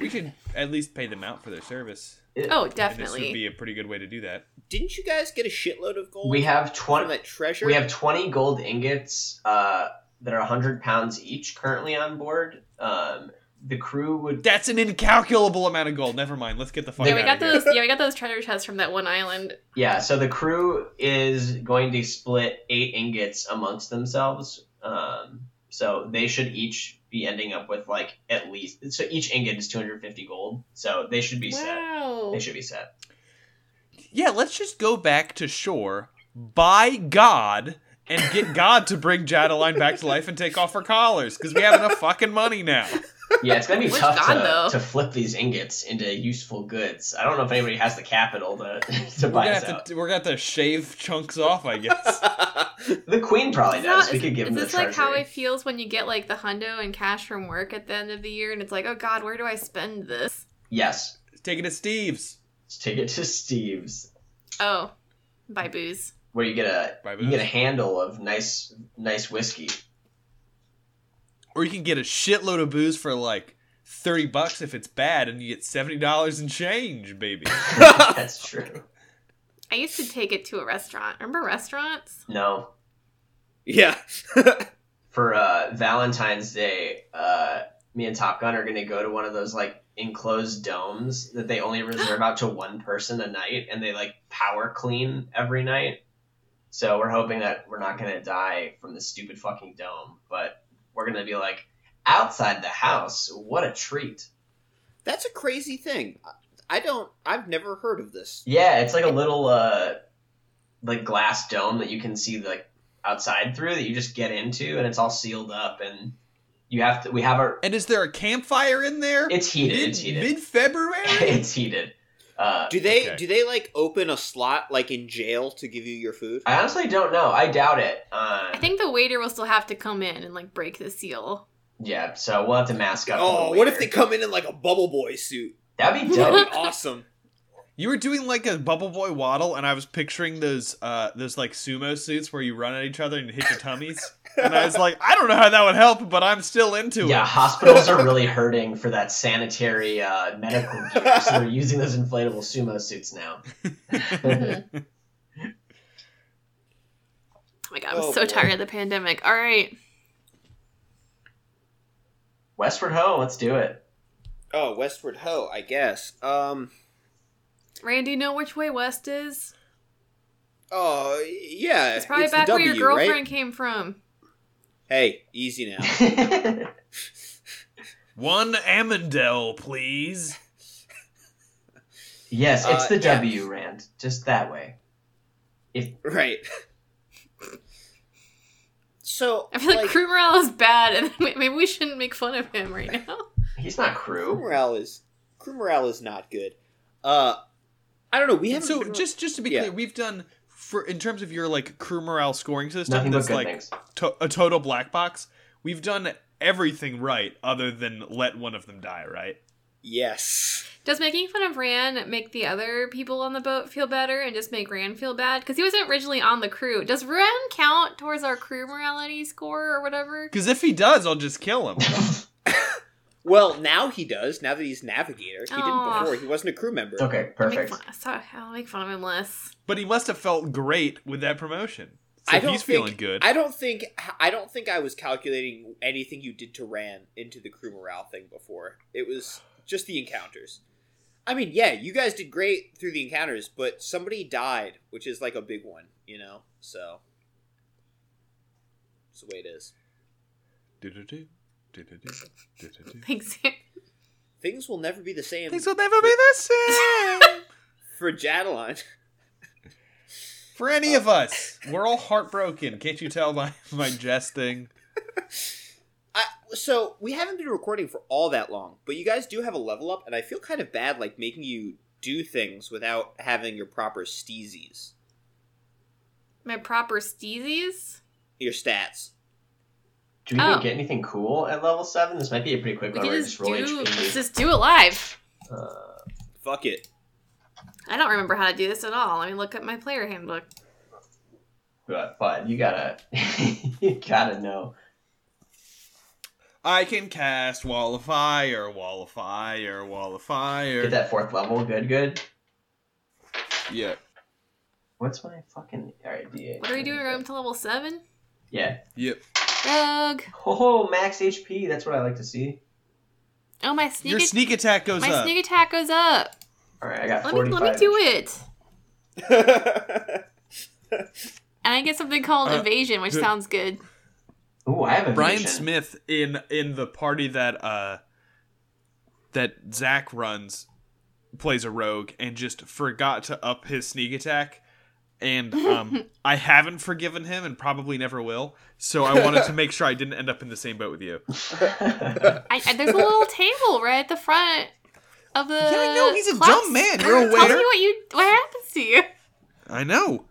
[SPEAKER 5] we should at least pay them out for their service.
[SPEAKER 4] Oh,
[SPEAKER 5] And This would
[SPEAKER 4] definitely.
[SPEAKER 5] be a pretty good way to do that.
[SPEAKER 2] Didn't you guys get a shitload of gold
[SPEAKER 3] We have
[SPEAKER 2] from
[SPEAKER 3] twenty.
[SPEAKER 2] that treasure?
[SPEAKER 3] We have twenty gold ingots uh, that are hundred pounds each currently on board. Um, the crew would.
[SPEAKER 5] That's an incalculable amount of gold. Never mind. Let's get the fuck
[SPEAKER 4] Yeah,
[SPEAKER 5] out
[SPEAKER 4] we got
[SPEAKER 5] of here.
[SPEAKER 4] those. Yeah, we got those treasure chests from that one island.
[SPEAKER 3] Yeah, so the crew is going to split eight ingots amongst themselves. Um, so they should each be ending up with like at least. So each ingot is two hundred fifty gold. So they should be set.
[SPEAKER 4] Wow.
[SPEAKER 3] They should be set.
[SPEAKER 5] Yeah, let's just go back to shore by God and get God to bring Jadeline back to life and take off her collars because we have enough fucking money now.
[SPEAKER 3] Yeah, it's gonna be
[SPEAKER 4] Which
[SPEAKER 3] tough
[SPEAKER 4] god, though?
[SPEAKER 3] to, to flip these ingots into useful goods. I don't know if anybody has the capital to, to
[SPEAKER 5] We're
[SPEAKER 3] buy
[SPEAKER 5] gonna
[SPEAKER 3] us
[SPEAKER 5] have
[SPEAKER 3] out.
[SPEAKER 5] to, we're gonna have to shave chunks off, I guess.
[SPEAKER 3] The queen probably
[SPEAKER 4] It's
[SPEAKER 3] does.
[SPEAKER 4] not-
[SPEAKER 3] we could give
[SPEAKER 4] is
[SPEAKER 3] them the
[SPEAKER 4] this like how
[SPEAKER 3] treasury.
[SPEAKER 4] it feels when you get like the hundo and cash from work at the end of the year, and it's like, oh God, where do I spend this?
[SPEAKER 3] Yes,
[SPEAKER 5] Take it to Steve's.
[SPEAKER 3] let's take it to Steve's,
[SPEAKER 4] Oh, buy booze.
[SPEAKER 3] where you get a
[SPEAKER 5] Buy
[SPEAKER 3] you get a
[SPEAKER 5] booze.
[SPEAKER 3] handle of nice nice whiskey.
[SPEAKER 5] Or you can get a shitload of booze for like 30 bucks if it's bad and you get $70 in change, baby.
[SPEAKER 3] That's true.
[SPEAKER 4] I used to take it to a restaurant. Remember restaurants?
[SPEAKER 3] No,
[SPEAKER 2] yeah.
[SPEAKER 3] for uh, Valentine's Day, uh, me and Top Gun are gonna go to one of those like enclosed domes that they only reserve out to one person a night, and they like power clean every night. So we're hoping that we're not gonna die from this stupid fucking dome, but we're gonna be like outside the house. What a treat!
[SPEAKER 2] That's a crazy thing. I don't. I've never heard of this.
[SPEAKER 3] Yeah, it's like a little uh, like glass dome that you can see like outside through that you just get into, and it's all sealed up, and you have to. We have our.
[SPEAKER 5] and is there a campfire in there?
[SPEAKER 3] It's heated. It's heated.
[SPEAKER 5] Mid February?
[SPEAKER 3] it's heated. Uh,
[SPEAKER 2] Do they
[SPEAKER 5] Okay.
[SPEAKER 2] do they like open a slot like in jail to give you your food?
[SPEAKER 3] I honestly don't know. I doubt it. Uh,
[SPEAKER 4] I think the waiter will still have to come in and like break the seal.
[SPEAKER 3] yeah, so we'll have to mask up. for
[SPEAKER 2] Oh,
[SPEAKER 3] the
[SPEAKER 2] what if
[SPEAKER 3] waiter.
[SPEAKER 2] they come in in like a bubble boy suit?
[SPEAKER 3] That'd be
[SPEAKER 2] That'd
[SPEAKER 3] dope.
[SPEAKER 2] be awesome.
[SPEAKER 5] you were doing like a bubble boy waddle, and I was picturing those uh those like sumo suits where you run at each other and hit your tummies. and I was like, I don't know how that would help, but I'm still into
[SPEAKER 3] yeah,
[SPEAKER 5] it.
[SPEAKER 3] hospitals are really hurting for that sanitary uh, medical gear, so they're using those inflatable sumo suits now.
[SPEAKER 4] Mhm.
[SPEAKER 3] Mm-hmm.
[SPEAKER 4] oh my god, I'm
[SPEAKER 2] Oh,
[SPEAKER 4] so
[SPEAKER 2] boy.
[SPEAKER 4] tired of the pandemic. All right,
[SPEAKER 3] Westward ho, let's do it.
[SPEAKER 2] Oh, Westward Ho, I guess. Um.
[SPEAKER 4] Randy, know which way west is?
[SPEAKER 2] Oh
[SPEAKER 3] Uh,
[SPEAKER 2] yeah,
[SPEAKER 4] It's probably
[SPEAKER 2] the
[SPEAKER 4] back where your
[SPEAKER 2] W, right?
[SPEAKER 4] girlfriend came from.
[SPEAKER 2] Hey, easy now.
[SPEAKER 5] One Amandel, please.
[SPEAKER 3] yes, it's
[SPEAKER 2] Uh,
[SPEAKER 3] the
[SPEAKER 2] yeah.
[SPEAKER 3] W, Rand. Just that way.
[SPEAKER 2] right. So
[SPEAKER 4] I feel like,
[SPEAKER 2] like,
[SPEAKER 4] Crew Morale is bad, and maybe we shouldn't make fun of him right now.
[SPEAKER 3] He's not
[SPEAKER 2] crew
[SPEAKER 3] crew.
[SPEAKER 2] morale is crew morale is not good. Uh, I don't know. We haven't.
[SPEAKER 5] So
[SPEAKER 2] been-
[SPEAKER 5] just just to be
[SPEAKER 2] Yeah.
[SPEAKER 5] clear, we've done for in terms of your like crew morale scoring system,
[SPEAKER 3] Nothing but
[SPEAKER 5] that's
[SPEAKER 3] good
[SPEAKER 5] like
[SPEAKER 3] things.
[SPEAKER 5] to- a total black box. We've done everything right, other than let one of them die. Right?
[SPEAKER 2] yes.
[SPEAKER 4] Does making fun of Ran make the other people on the boat feel better and just make Ran feel bad? Because he wasn't originally on the crew. Does Ran count towards our crew morality score or whatever?
[SPEAKER 5] Because if he does, I'll just kill him.
[SPEAKER 2] Well, now he does. Now that he's navigator, he
[SPEAKER 4] Aw.
[SPEAKER 2] didn't before. He wasn't a crew member.
[SPEAKER 3] okay,
[SPEAKER 4] I'll make
[SPEAKER 3] perfect.
[SPEAKER 4] fun- so- I'll make fun of him less.
[SPEAKER 5] but he must have felt great with that promotion. So
[SPEAKER 2] I don't
[SPEAKER 5] he's
[SPEAKER 2] think-
[SPEAKER 5] feeling good.
[SPEAKER 2] I don't think I don't think I was calculating anything you did to Ran into the crew morale thing before. It was just the encounters. I mean, yeah, you guys did great through the encounters, but somebody died, which is like a big one, you know. So it's the way it is.
[SPEAKER 5] Do-do-do, do-do-do, do-do-do.
[SPEAKER 4] Thanks. Sam.
[SPEAKER 2] Things will never be the same
[SPEAKER 5] Things will never be the same
[SPEAKER 2] for Jadeline.
[SPEAKER 5] for any of us. We're all heartbroken. Can't you tell by my jesting?
[SPEAKER 2] I, so we haven't been recording for all that long, but you guys do have a level up, and I feel kind of bad like making you do things without having your proper steezies,
[SPEAKER 4] My proper steezies?
[SPEAKER 2] your stats.
[SPEAKER 3] Do we need
[SPEAKER 4] Oh.
[SPEAKER 3] to get anything cool at level seven? This might be a pretty quick
[SPEAKER 4] We
[SPEAKER 3] one.
[SPEAKER 4] can
[SPEAKER 3] where
[SPEAKER 4] just
[SPEAKER 3] just roll
[SPEAKER 4] do let's
[SPEAKER 3] HP.
[SPEAKER 4] just do it live.
[SPEAKER 3] Uh,
[SPEAKER 2] Fuck it.
[SPEAKER 4] I don't remember how to do this at all. Let me look at my player handbook.
[SPEAKER 3] but, but you gotta, you gotta know.
[SPEAKER 5] I can cast Wall of Fire, Wall of Fire, Wall of Fire.
[SPEAKER 3] Get that fourth level. Good, good.
[SPEAKER 5] Yeah,
[SPEAKER 3] What's my fucking all right, D8?
[SPEAKER 4] What are we doing? We're up to level seven?
[SPEAKER 3] Yeah.
[SPEAKER 5] yep.
[SPEAKER 4] Rogue.
[SPEAKER 3] Oh, max HP. That's what I like to see.
[SPEAKER 4] Oh my sneak
[SPEAKER 5] Your
[SPEAKER 4] at-
[SPEAKER 5] sneak attack goes
[SPEAKER 4] my
[SPEAKER 5] up.
[SPEAKER 4] sneak attack goes up.
[SPEAKER 3] All right, I got
[SPEAKER 4] Let me
[SPEAKER 3] forty-five.
[SPEAKER 4] let me do it.
[SPEAKER 2] That's
[SPEAKER 4] And I get something called
[SPEAKER 5] Uh,
[SPEAKER 4] evasion, which
[SPEAKER 5] uh,
[SPEAKER 4] sounds good.
[SPEAKER 3] Ooh, I have a
[SPEAKER 5] Brian
[SPEAKER 3] vision.
[SPEAKER 5] Smith in in the party that uh that Zach runs plays a rogue and just forgot to up his sneak attack and um I haven't forgiven him and probably never will so I wanted to make sure I didn't end up in the same boat with you.
[SPEAKER 4] I, I, there's a little table right at the front of the.
[SPEAKER 5] Yeah, I know, he's a
[SPEAKER 4] class.
[SPEAKER 5] dumb man, you're
[SPEAKER 4] Tell me
[SPEAKER 5] aware.
[SPEAKER 4] what you what happens to you.
[SPEAKER 5] I know.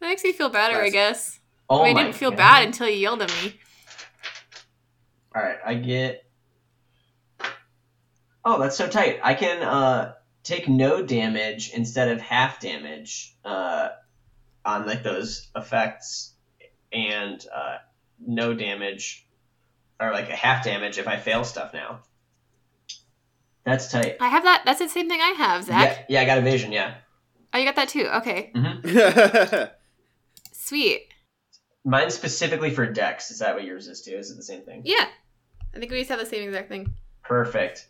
[SPEAKER 4] That makes me feel better, I
[SPEAKER 2] Class.
[SPEAKER 4] guess.
[SPEAKER 3] oh
[SPEAKER 4] I mean,
[SPEAKER 3] my
[SPEAKER 4] I didn't feel
[SPEAKER 3] God.
[SPEAKER 4] bad until you yelled at me.
[SPEAKER 3] All right, I get. Oh, that's so tight. I can uh, take no damage instead of half damage uh, on like those effects, and uh, no damage or like a half damage if I fail stuff now. That's tight.
[SPEAKER 4] I have that. That's the same thing I have, Zach.
[SPEAKER 3] Yeah, yeah, I got evasion. Yeah,
[SPEAKER 4] Oh, you got that too. Okay, sweet.
[SPEAKER 3] mine specifically for Dex. Is that what yours is too? Is it the same thing?
[SPEAKER 4] Yeah, I think we just have the same exact thing.
[SPEAKER 3] Perfect.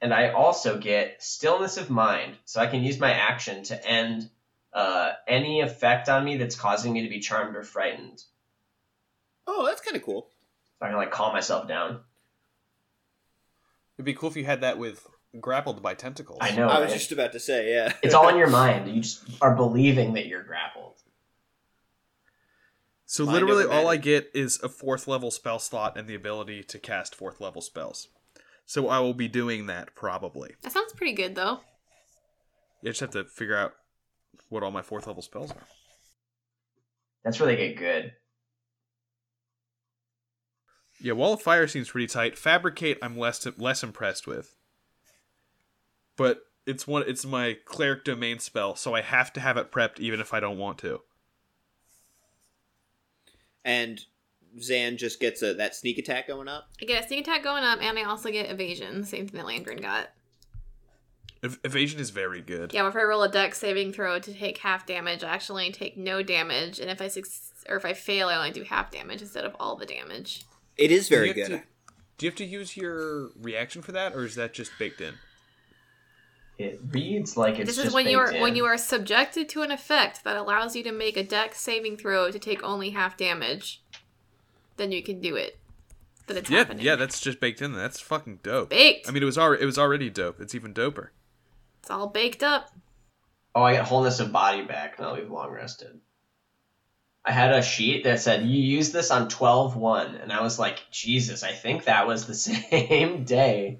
[SPEAKER 3] And I also get stillness of mind, so I can use my action to end uh, any effect on me that's causing me to be charmed or frightened. So
[SPEAKER 2] oh, that's kind of cool.
[SPEAKER 3] I can like calm myself down.
[SPEAKER 5] It'd be cool if you had that with grappled by tentacles.
[SPEAKER 3] I know.
[SPEAKER 2] I was
[SPEAKER 3] right?
[SPEAKER 2] just about to say, yeah.
[SPEAKER 3] It's all in your mind. You just are believing that you're grappled.
[SPEAKER 5] So
[SPEAKER 2] Mind
[SPEAKER 5] literally
[SPEAKER 2] over
[SPEAKER 5] all I
[SPEAKER 2] matter.
[SPEAKER 5] get is a fourth level spell slot and the ability to cast fourth level spells. So I will be doing that probably.
[SPEAKER 4] That sounds pretty good though.
[SPEAKER 5] I just have to figure out what all my fourth level spells are.
[SPEAKER 3] That's where they get good.
[SPEAKER 5] Yeah, Wall of Fire seems pretty tight. Fabricate, I'm less less impressed with. But it's one it's my cleric domain spell, so I have to have it prepped even if I don't want to.
[SPEAKER 2] And Zan just gets a that sneak attack going up.
[SPEAKER 4] I get a sneak attack going up, and I also get evasion, same thing that Landrin got.
[SPEAKER 5] Ev- evasion is very good.
[SPEAKER 4] Yeah, if I roll a dex saving throw to take half damage, I actually only take no damage, and if I suc or if I fail, I only do half damage instead of all the damage.
[SPEAKER 2] It is
[SPEAKER 5] Do you
[SPEAKER 2] very
[SPEAKER 5] have
[SPEAKER 2] good.
[SPEAKER 5] to- do you have to use your reaction for that or is that just baked in?
[SPEAKER 3] It reads like it's
[SPEAKER 4] this is
[SPEAKER 3] just
[SPEAKER 4] when you are
[SPEAKER 3] baked in.
[SPEAKER 4] when you are subjected to an effect that allows you to make a dex saving throw to take only half damage. Then you can do it. That it's
[SPEAKER 5] yeah,
[SPEAKER 4] happening.
[SPEAKER 5] yeah, that's just baked in. That's fucking dope.
[SPEAKER 4] baked.
[SPEAKER 5] I mean, it was already it was already dope. It's even doper.
[SPEAKER 4] it's all baked up.
[SPEAKER 3] Oh, I get wholeness of body back now that we've long rested. I had a sheet that said, you use this on 12 1. And I was like, Jesus, I think that was the same day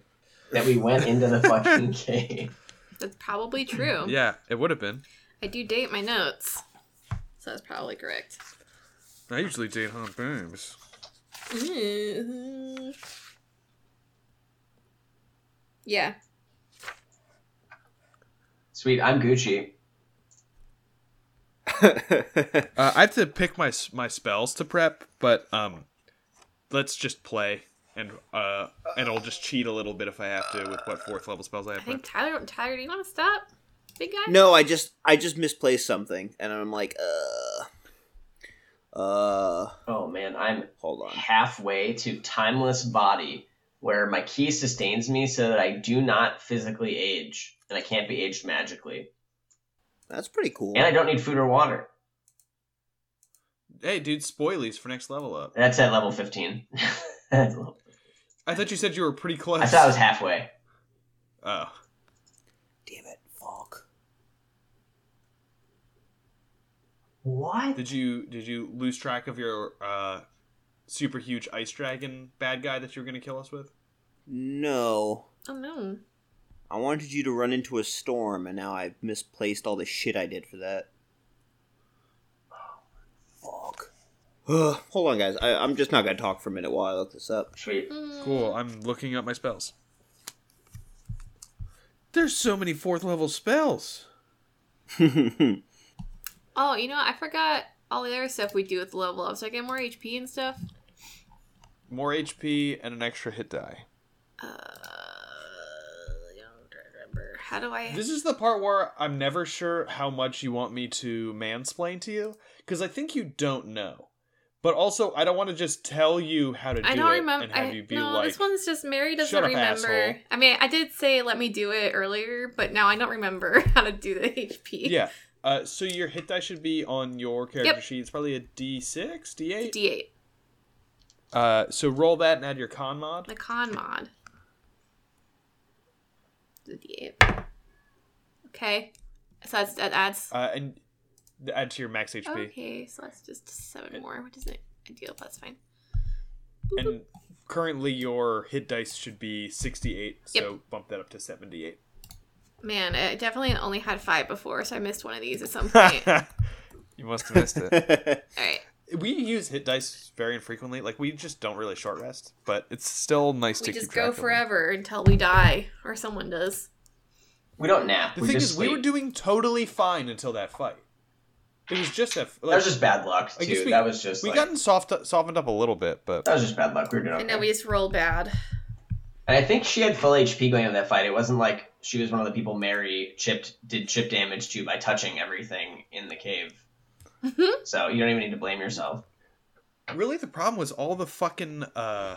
[SPEAKER 3] that we went into the fucking cave.
[SPEAKER 4] That's probably true.
[SPEAKER 5] Yeah, it would have been.
[SPEAKER 4] I do date my notes, so that's probably correct.
[SPEAKER 5] I usually date on booms.
[SPEAKER 4] Mhm. Yeah.
[SPEAKER 3] Sweet, I'm Gucci.
[SPEAKER 5] Uh, I have to pick my s- my spells to prep, but um, let's just play and uh, and I'll just cheat a little bit if I have to with what fourth level spells I
[SPEAKER 4] I
[SPEAKER 5] have.
[SPEAKER 4] think
[SPEAKER 5] Prepped.
[SPEAKER 4] Tyler, Tyler, do you want to stop? Big guy?
[SPEAKER 2] no, I just I just misplaced something, and I'm like, uh, uh,
[SPEAKER 3] Oh man, I'm
[SPEAKER 2] hold on.
[SPEAKER 3] halfway to timeless body where my key sustains me so that I do not physically age and I can't be aged magically.
[SPEAKER 2] That's pretty cool.
[SPEAKER 3] And I don't need food or water.
[SPEAKER 5] Hey, dude, spoilies for next level up.
[SPEAKER 3] That's at level 15. That's level-
[SPEAKER 5] I thought you said you were pretty close.
[SPEAKER 3] I thought I was halfway.
[SPEAKER 5] Oh,
[SPEAKER 2] Damn it, fuck.
[SPEAKER 3] What?
[SPEAKER 5] did you did you lose track of your uh, super huge ice dragon bad guy that you were going to kill us with?
[SPEAKER 2] No.
[SPEAKER 4] Oh no.
[SPEAKER 2] I wanted you to run into a storm, and now I've misplaced all the shit I did for that. Fuck. Ugh, Hold on, guys. I, I'm just not gonna talk for a minute while I look this up.
[SPEAKER 3] Sweet.
[SPEAKER 4] Mm.
[SPEAKER 5] Cool. I'm looking up my spells. There's so many fourth level spells.
[SPEAKER 4] Oh, you know, what? I forgot all the other stuff we do with level up, so I get more HP and stuff.
[SPEAKER 5] More HP and an extra hit die.
[SPEAKER 4] Uh, I don't remember. How do I?
[SPEAKER 5] This is the part where I'm never sure how much you want me to mansplain to you because I think you don't know. But also, I don't want to just tell you how to do
[SPEAKER 4] I don't
[SPEAKER 5] it
[SPEAKER 4] remember.
[SPEAKER 5] and have
[SPEAKER 4] I-
[SPEAKER 5] you be
[SPEAKER 4] no,
[SPEAKER 5] like,
[SPEAKER 4] this one's just Mary doesn't
[SPEAKER 5] "Shut up,
[SPEAKER 4] remember.
[SPEAKER 5] asshole."
[SPEAKER 4] I mean, I did say let me do it earlier, but now I don't remember how to do the HP.
[SPEAKER 5] yeah. Uh, so your hit die should be on your character
[SPEAKER 4] e Yep.
[SPEAKER 5] sheet. It's probably a D6, D8.
[SPEAKER 4] D8,
[SPEAKER 5] uh, so roll that and add your con mod.
[SPEAKER 4] the con mod. The D8. Okay, so that's, that adds.
[SPEAKER 5] Uh, and add to your max HP.
[SPEAKER 4] Okay, so that's just seven more, which isn't ideal. But that's fine.
[SPEAKER 5] And currently your hit dice should be 68,
[SPEAKER 4] Yep.
[SPEAKER 5] so bump that up to 78.
[SPEAKER 4] Man, I definitely only had five before, so I missed one of these at some point. All
[SPEAKER 5] you must have missed it.
[SPEAKER 4] right.
[SPEAKER 5] we use hit dice very infrequently. Like, we just don't really short rest, but it's still nice
[SPEAKER 4] We
[SPEAKER 5] to
[SPEAKER 4] just
[SPEAKER 5] keep
[SPEAKER 4] go
[SPEAKER 5] track of them.
[SPEAKER 4] forever until we die, or someone does.
[SPEAKER 3] We don't nap.
[SPEAKER 5] The
[SPEAKER 3] we
[SPEAKER 5] thing
[SPEAKER 3] just
[SPEAKER 5] is, we were
[SPEAKER 3] sleep.
[SPEAKER 5] doing totally fine until that fight. It was just that.
[SPEAKER 3] That
[SPEAKER 5] Like,
[SPEAKER 3] was just bad luck
[SPEAKER 5] I guess
[SPEAKER 3] too.
[SPEAKER 5] we-
[SPEAKER 3] that was just
[SPEAKER 5] we
[SPEAKER 3] like,
[SPEAKER 5] gotten soft, softened up a little bit, but
[SPEAKER 3] that was just bad luck. We were doing okay.
[SPEAKER 4] And then we just roll bad.
[SPEAKER 3] And I think she had full HP going into that fight. It wasn't like she was one of the people Mary chipped did chip damage to by touching everything in the cave.
[SPEAKER 4] Mhm.
[SPEAKER 3] so you don't even need to blame yourself.
[SPEAKER 5] really the problem was all the fucking uh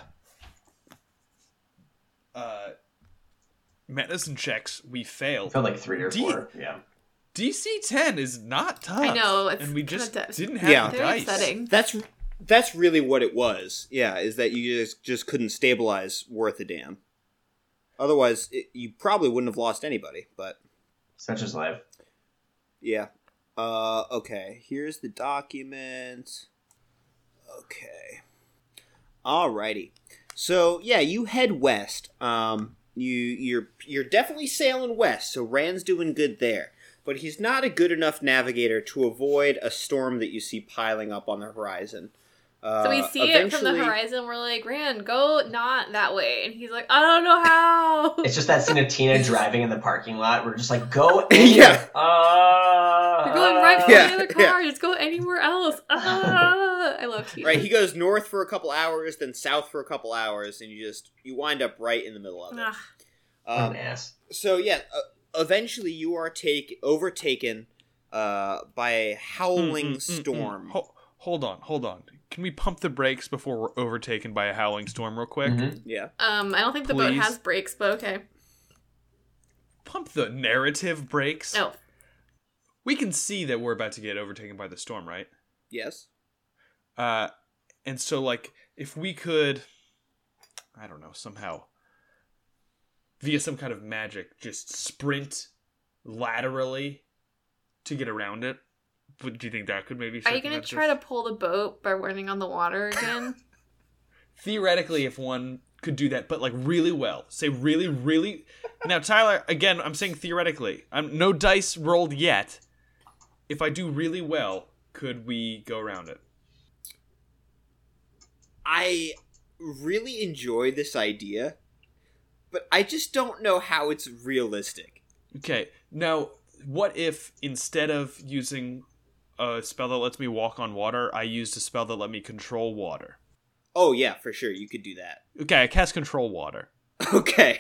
[SPEAKER 5] uh medicine checks we
[SPEAKER 3] I
[SPEAKER 5] failed.
[SPEAKER 3] felt like three or
[SPEAKER 5] D-
[SPEAKER 3] four. Yeah.
[SPEAKER 5] DC ten is not tough.
[SPEAKER 4] I know, it's
[SPEAKER 5] and we
[SPEAKER 4] kinda
[SPEAKER 5] just
[SPEAKER 4] tough.
[SPEAKER 5] didn't have
[SPEAKER 2] Yeah.
[SPEAKER 5] the
[SPEAKER 4] Very
[SPEAKER 5] dice.
[SPEAKER 4] upsetting.
[SPEAKER 2] that's that's really what it was. Yeah, is that you just just couldn't stabilize worth a damn. Otherwise, it, you probably wouldn't have lost anybody. But
[SPEAKER 3] Such is life.
[SPEAKER 2] yeah. Uh, okay. Here's the document. Okay. Alrighty. So yeah, you head west. Um, you you're you're definitely sailing west. So Rand's doing good there, but he's not a good enough navigator to avoid a storm that you see piling up on the horizon. Uh,
[SPEAKER 4] So we see it from the
[SPEAKER 2] eventually-
[SPEAKER 4] horizon. We're like, Rand, go not that way. And he's like, I don't know how.
[SPEAKER 3] It's just that scene of Tina driving in the parking lot. We're just like, go in.
[SPEAKER 2] Yeah.
[SPEAKER 3] Uh,
[SPEAKER 4] We're going right for
[SPEAKER 2] Yeah,
[SPEAKER 4] the other
[SPEAKER 2] yeah.
[SPEAKER 4] car. Just go anywhere else. Ah. I love you.
[SPEAKER 2] Right, he goes north for a couple hours, then south for a couple hours, and you just you wind up right in the middle of it.
[SPEAKER 4] Ah,
[SPEAKER 3] What
[SPEAKER 2] Um,
[SPEAKER 3] an ass.
[SPEAKER 2] so yeah, uh, eventually you are take overtaken uh, by a
[SPEAKER 5] Mm,
[SPEAKER 2] howling
[SPEAKER 5] mm, mm, mm.
[SPEAKER 2] storm.
[SPEAKER 5] Ho- hold on, hold on. Can we pump the brakes before we're overtaken by a howling storm real quick?
[SPEAKER 3] Mhm.
[SPEAKER 2] Yeah,
[SPEAKER 4] um, I don't think the boat
[SPEAKER 5] Please.
[SPEAKER 4] has brakes, but okay.
[SPEAKER 5] Pump the narrative brakes.
[SPEAKER 4] Oh,
[SPEAKER 5] We can see that we're about to get overtaken by the storm, right?
[SPEAKER 2] yes.
[SPEAKER 5] Uh, and so like if we could, I don't know, somehow via some kind of magic, just sprint laterally to get around it. But do you think that could maybe?
[SPEAKER 4] are you gonna
[SPEAKER 5] circumvent
[SPEAKER 4] try
[SPEAKER 5] this?
[SPEAKER 4] to pull the boat by running on the water again?
[SPEAKER 5] theoretically if one could do that but like really well say really really now tyler again i'm saying theoretically i'm no dice rolled yet if i do really well could we go around it
[SPEAKER 2] I really enjoy this idea, but I just don't know how it's realistic.
[SPEAKER 5] okay now what if instead of using a spell that lets me walk on water i used a spell that let me control water
[SPEAKER 2] Oh yeah, for sure you could do that.
[SPEAKER 5] okay i cast control water
[SPEAKER 2] Okay.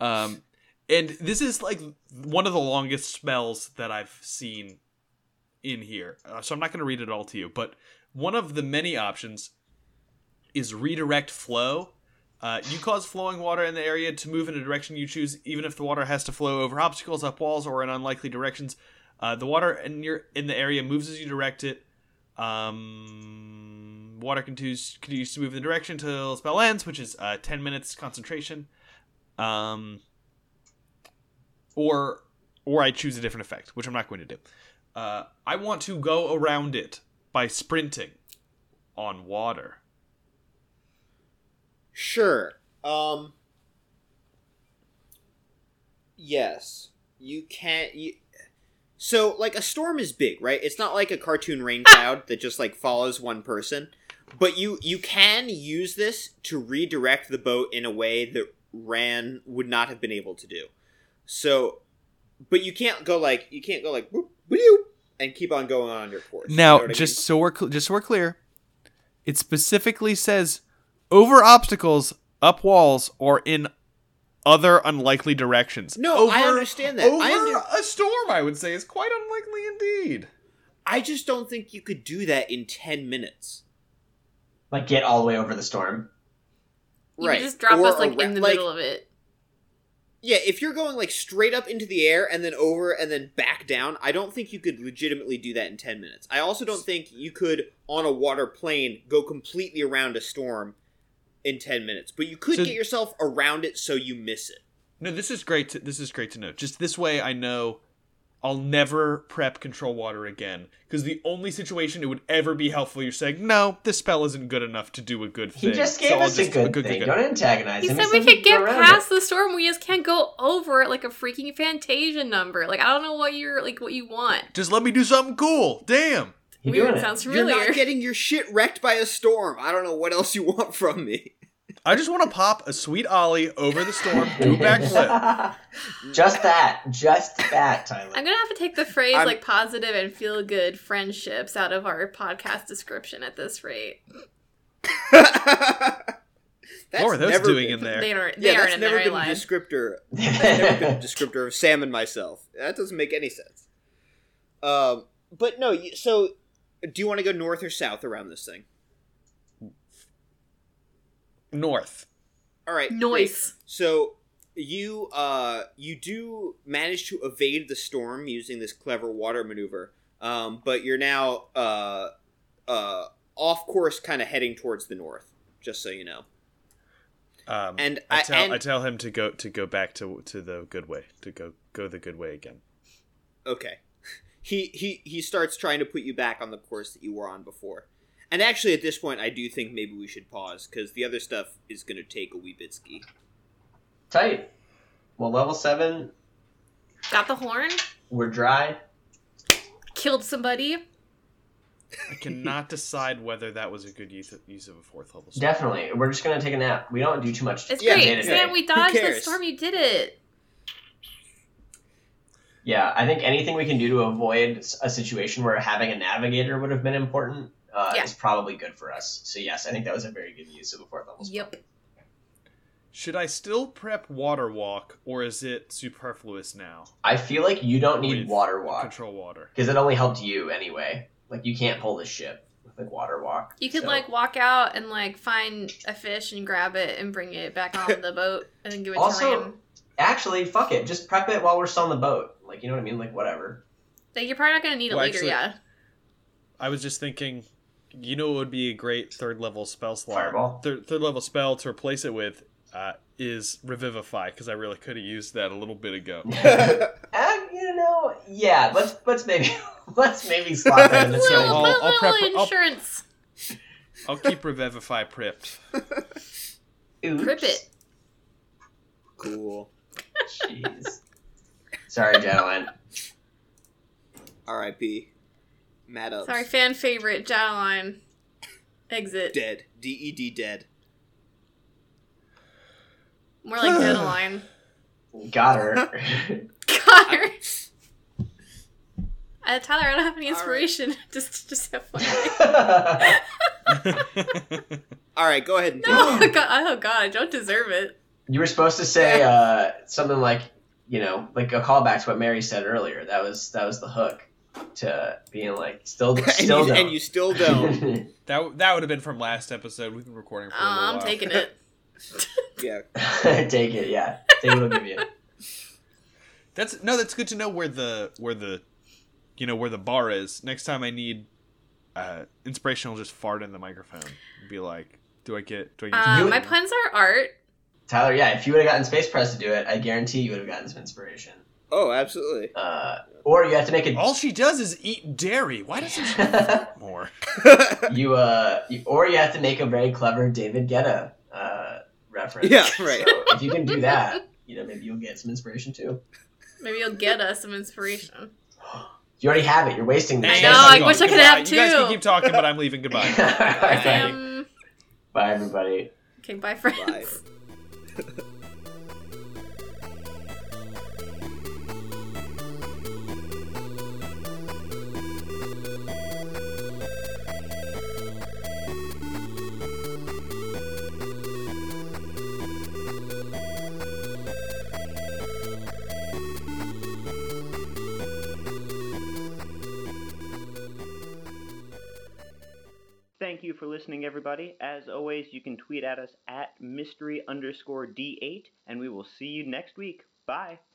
[SPEAKER 5] Um, and this is like one of the longest spells that I've seen in here. Uh, so I'm not going to read it all to you, but one of the many options is redirect flow. Uh, you cause flowing water in the area to move in a direction you choose, even if the water has to flow over obstacles, up walls, or in unlikely directions. Uh, the water in your in the area moves as you direct it. Um, water continues, continues to move in the direction until the spell ends, which is uh, ten minutes concentration um, or or I choose a different effect, which I'm not going to do. Uh, I want to go around it by sprinting on water.
[SPEAKER 2] Sure. Um. Yes, you can't. You, so, like, a storm is big, right? It's not like a cartoon rain cloud that just like follows one person. But you you can use this to redirect the boat in a way that Ran would not have been able to do. So, but you can't go like you can't go like boop, boop, and keep on going on your course. You know
[SPEAKER 5] Now,
[SPEAKER 2] what I mean?
[SPEAKER 5] just so we're cl- just so we're clear, it specifically says over obstacles, up walls, or in other unlikely directions.
[SPEAKER 2] no, I
[SPEAKER 5] Over-
[SPEAKER 2] understand that. I under-
[SPEAKER 5] a storm, I would say, is quite unlikely indeed.
[SPEAKER 2] I just don't think you could do that in ten minutes.
[SPEAKER 3] Like get all the way over the storm.
[SPEAKER 4] You
[SPEAKER 2] right.
[SPEAKER 4] could just drop
[SPEAKER 2] Or
[SPEAKER 4] us like
[SPEAKER 2] arou-
[SPEAKER 4] in the middle of it.
[SPEAKER 2] Yeah, if you're going like straight up into the air and then over and then back down, I don't think you could legitimately do that in 10 minutes. I also don't think you could on a water plane go completely around a storm in 10 minutes, but you could
[SPEAKER 5] So-
[SPEAKER 2] get yourself around it so you miss it.
[SPEAKER 5] No, this is great. To, this is great to know. Just this way, I know I'll never prep control water again. Because the only situation it would ever be helpful, you're saying, no, this spell isn't good enough to do a good
[SPEAKER 3] He
[SPEAKER 5] thing.
[SPEAKER 3] just gave
[SPEAKER 5] So I'll
[SPEAKER 3] us a
[SPEAKER 5] just-
[SPEAKER 3] good thing. Don't antagonize
[SPEAKER 4] He
[SPEAKER 3] him.
[SPEAKER 4] said
[SPEAKER 3] He
[SPEAKER 4] we
[SPEAKER 3] we
[SPEAKER 4] could get
[SPEAKER 3] go around
[SPEAKER 4] past the storm. We just can't go over it like a freaking Fantasia number. Like I don't know what you're like what you want.
[SPEAKER 5] Just let me do something cool. Damn.
[SPEAKER 3] it. He
[SPEAKER 4] Weird
[SPEAKER 3] doing it.
[SPEAKER 4] sounds
[SPEAKER 2] You're
[SPEAKER 4] familiar.
[SPEAKER 2] not getting your shit wrecked by a storm. I don't know what else you want from me.
[SPEAKER 5] I just want to pop a sweet ollie over the storm, do a backflip.
[SPEAKER 3] just that. Just that, Tyler.
[SPEAKER 4] I'm gonna have to take the phrase
[SPEAKER 2] I'm-
[SPEAKER 4] like positive and feel good friendships out of our podcast description at this rate.
[SPEAKER 2] that's
[SPEAKER 5] What were those
[SPEAKER 2] never
[SPEAKER 5] doing
[SPEAKER 2] been-
[SPEAKER 5] in there?
[SPEAKER 4] They aren't. They
[SPEAKER 2] Yeah,
[SPEAKER 4] aren't
[SPEAKER 2] that's
[SPEAKER 4] in the
[SPEAKER 2] never
[SPEAKER 4] right
[SPEAKER 2] been a
[SPEAKER 4] line.
[SPEAKER 2] descriptor I've never been a descriptor of Sam and myself. That doesn't make any sense. Um, but no, you- so do you want to go north or south around this thing?
[SPEAKER 5] North.
[SPEAKER 2] All right, great.
[SPEAKER 4] Noise.
[SPEAKER 2] So you uh you do manage to evade the storm using this clever water maneuver, um, but you're now uh uh off course, kind of heading towards the north. Just so you know,
[SPEAKER 5] Um,
[SPEAKER 2] and
[SPEAKER 5] I
[SPEAKER 2] I,
[SPEAKER 5] tell
[SPEAKER 2] and,
[SPEAKER 5] I tell him to go to go back to to the good way to go go the good way again.
[SPEAKER 2] okay he he he starts trying to put you back on the course that you were on before and actually at this point i do think maybe we should pause because the other stuff is going to take a wee bit ski
[SPEAKER 3] Tight. Well, level seven,
[SPEAKER 4] Got the horn.
[SPEAKER 3] we're dry.
[SPEAKER 4] Killed somebody.
[SPEAKER 5] I cannot decide whether that was a good use of, use of a fourth level. spell.
[SPEAKER 3] Definitely. We're just gonna take a nap. We don't do too much.
[SPEAKER 4] It's
[SPEAKER 2] Yeah,
[SPEAKER 4] great,
[SPEAKER 3] day to
[SPEAKER 4] Sam.
[SPEAKER 3] day.
[SPEAKER 4] We dodged the
[SPEAKER 2] cares?
[SPEAKER 4] storm. You did it.
[SPEAKER 3] Yeah, I think anything we can do to avoid s- a situation where having a navigator would have been important uh,
[SPEAKER 4] Yeah.
[SPEAKER 3] is probably good for us. So yes, I think that was a very good use of a fourth level. spell.
[SPEAKER 4] Yep.
[SPEAKER 5] Should I still prep water walk, or is it superfluous now?
[SPEAKER 3] I feel like you don't need
[SPEAKER 5] With
[SPEAKER 3] water walk
[SPEAKER 5] Control water.
[SPEAKER 3] because it only helped you anyway. Like you can't pull this ship with like water walk.
[SPEAKER 4] You could
[SPEAKER 3] So-
[SPEAKER 4] like walk out and like find a fish and grab it and bring it back on the boat and then give it to
[SPEAKER 3] Also-
[SPEAKER 4] Ram.
[SPEAKER 3] actually fuck it, just prep it while we're still on the boat. Like you know what I mean? Like whatever.
[SPEAKER 4] Like you're probably not gonna need it
[SPEAKER 5] Well,
[SPEAKER 4] later.
[SPEAKER 5] actually-
[SPEAKER 4] Yeah.
[SPEAKER 5] I was just thinking, you know, it would be a great third level spell slot.
[SPEAKER 3] Fireball.
[SPEAKER 5] Third, third level spell to replace it with uh, is revivify because I really could have used that a little bit ago.
[SPEAKER 3] Uh, you know, yeah. Let's let's maybe let's maybe slot that in the
[SPEAKER 5] So
[SPEAKER 4] little,
[SPEAKER 5] I'll-
[SPEAKER 4] but
[SPEAKER 5] I'll
[SPEAKER 4] little
[SPEAKER 5] prep- I'll-
[SPEAKER 4] insurance.
[SPEAKER 5] I'll keep revivify pripped.
[SPEAKER 3] Oops.
[SPEAKER 4] Prip it.
[SPEAKER 2] cool
[SPEAKER 3] Jeez. Sorry, gentlemen.
[SPEAKER 2] rip matt Ups.
[SPEAKER 4] Sorry, fan favorite Jadeline. Exit.
[SPEAKER 2] dead ded dead
[SPEAKER 4] More like Jadeline.
[SPEAKER 3] Got her.
[SPEAKER 4] Got her. Uh, Tyler, I don't have any
[SPEAKER 2] All right.
[SPEAKER 4] inspiration. just, just have fun.
[SPEAKER 2] all right go ahead and
[SPEAKER 4] No, God, oh God, I don't deserve it.
[SPEAKER 3] you were supposed to say uh, something like, you know, like a callback to what Mary said earlier. That was that was the hook to being like still
[SPEAKER 2] and,
[SPEAKER 3] still
[SPEAKER 2] you,
[SPEAKER 3] don't.
[SPEAKER 2] and you still don't
[SPEAKER 5] that w- that would have been from last episode. We've been recording
[SPEAKER 4] Oh,
[SPEAKER 5] for a little
[SPEAKER 4] I'm
[SPEAKER 5] while.
[SPEAKER 4] taking it.
[SPEAKER 2] yeah
[SPEAKER 3] Take it, yeah. Take what I'll give you.
[SPEAKER 5] That's no. That's good to know where the where the, you know where the bar is. Next time I need, uh, inspiration, I'll just fart in the microphone and be like, "Do I get? Do I get?"
[SPEAKER 4] Um,
[SPEAKER 3] You-
[SPEAKER 4] my puns are art.
[SPEAKER 3] Tyler, yeah, if you would have gotten Space Press to do it, I guarantee you would have gotten some inspiration.
[SPEAKER 2] oh absolutely
[SPEAKER 3] Uh, or you have to make a
[SPEAKER 5] All she does is eat dairy. Why doesn't she eat more?
[SPEAKER 3] you uh, you, or you have to make a very clever David Guetta uh, reference.
[SPEAKER 2] Yeah, right.
[SPEAKER 3] So if you can do that, you know, maybe you'll get some inspiration too.
[SPEAKER 4] Maybe you'll get us some inspiration.
[SPEAKER 3] You already have it. You're wasting the
[SPEAKER 4] I
[SPEAKER 5] Hey,
[SPEAKER 4] know,
[SPEAKER 5] guys,
[SPEAKER 4] I
[SPEAKER 5] keep
[SPEAKER 4] wish
[SPEAKER 5] going.
[SPEAKER 4] I could have
[SPEAKER 5] You guys can
[SPEAKER 4] two.
[SPEAKER 5] keep talking, but I'm leaving. Goodbye.
[SPEAKER 3] Alright.
[SPEAKER 4] Um,
[SPEAKER 3] Bye, everybody.
[SPEAKER 4] okay, bye, friends.
[SPEAKER 2] Bye.
[SPEAKER 1] Thank you for listening, everybody. As always, you can tweet at us at mystery underscore D8, and we will see you next week. Bye.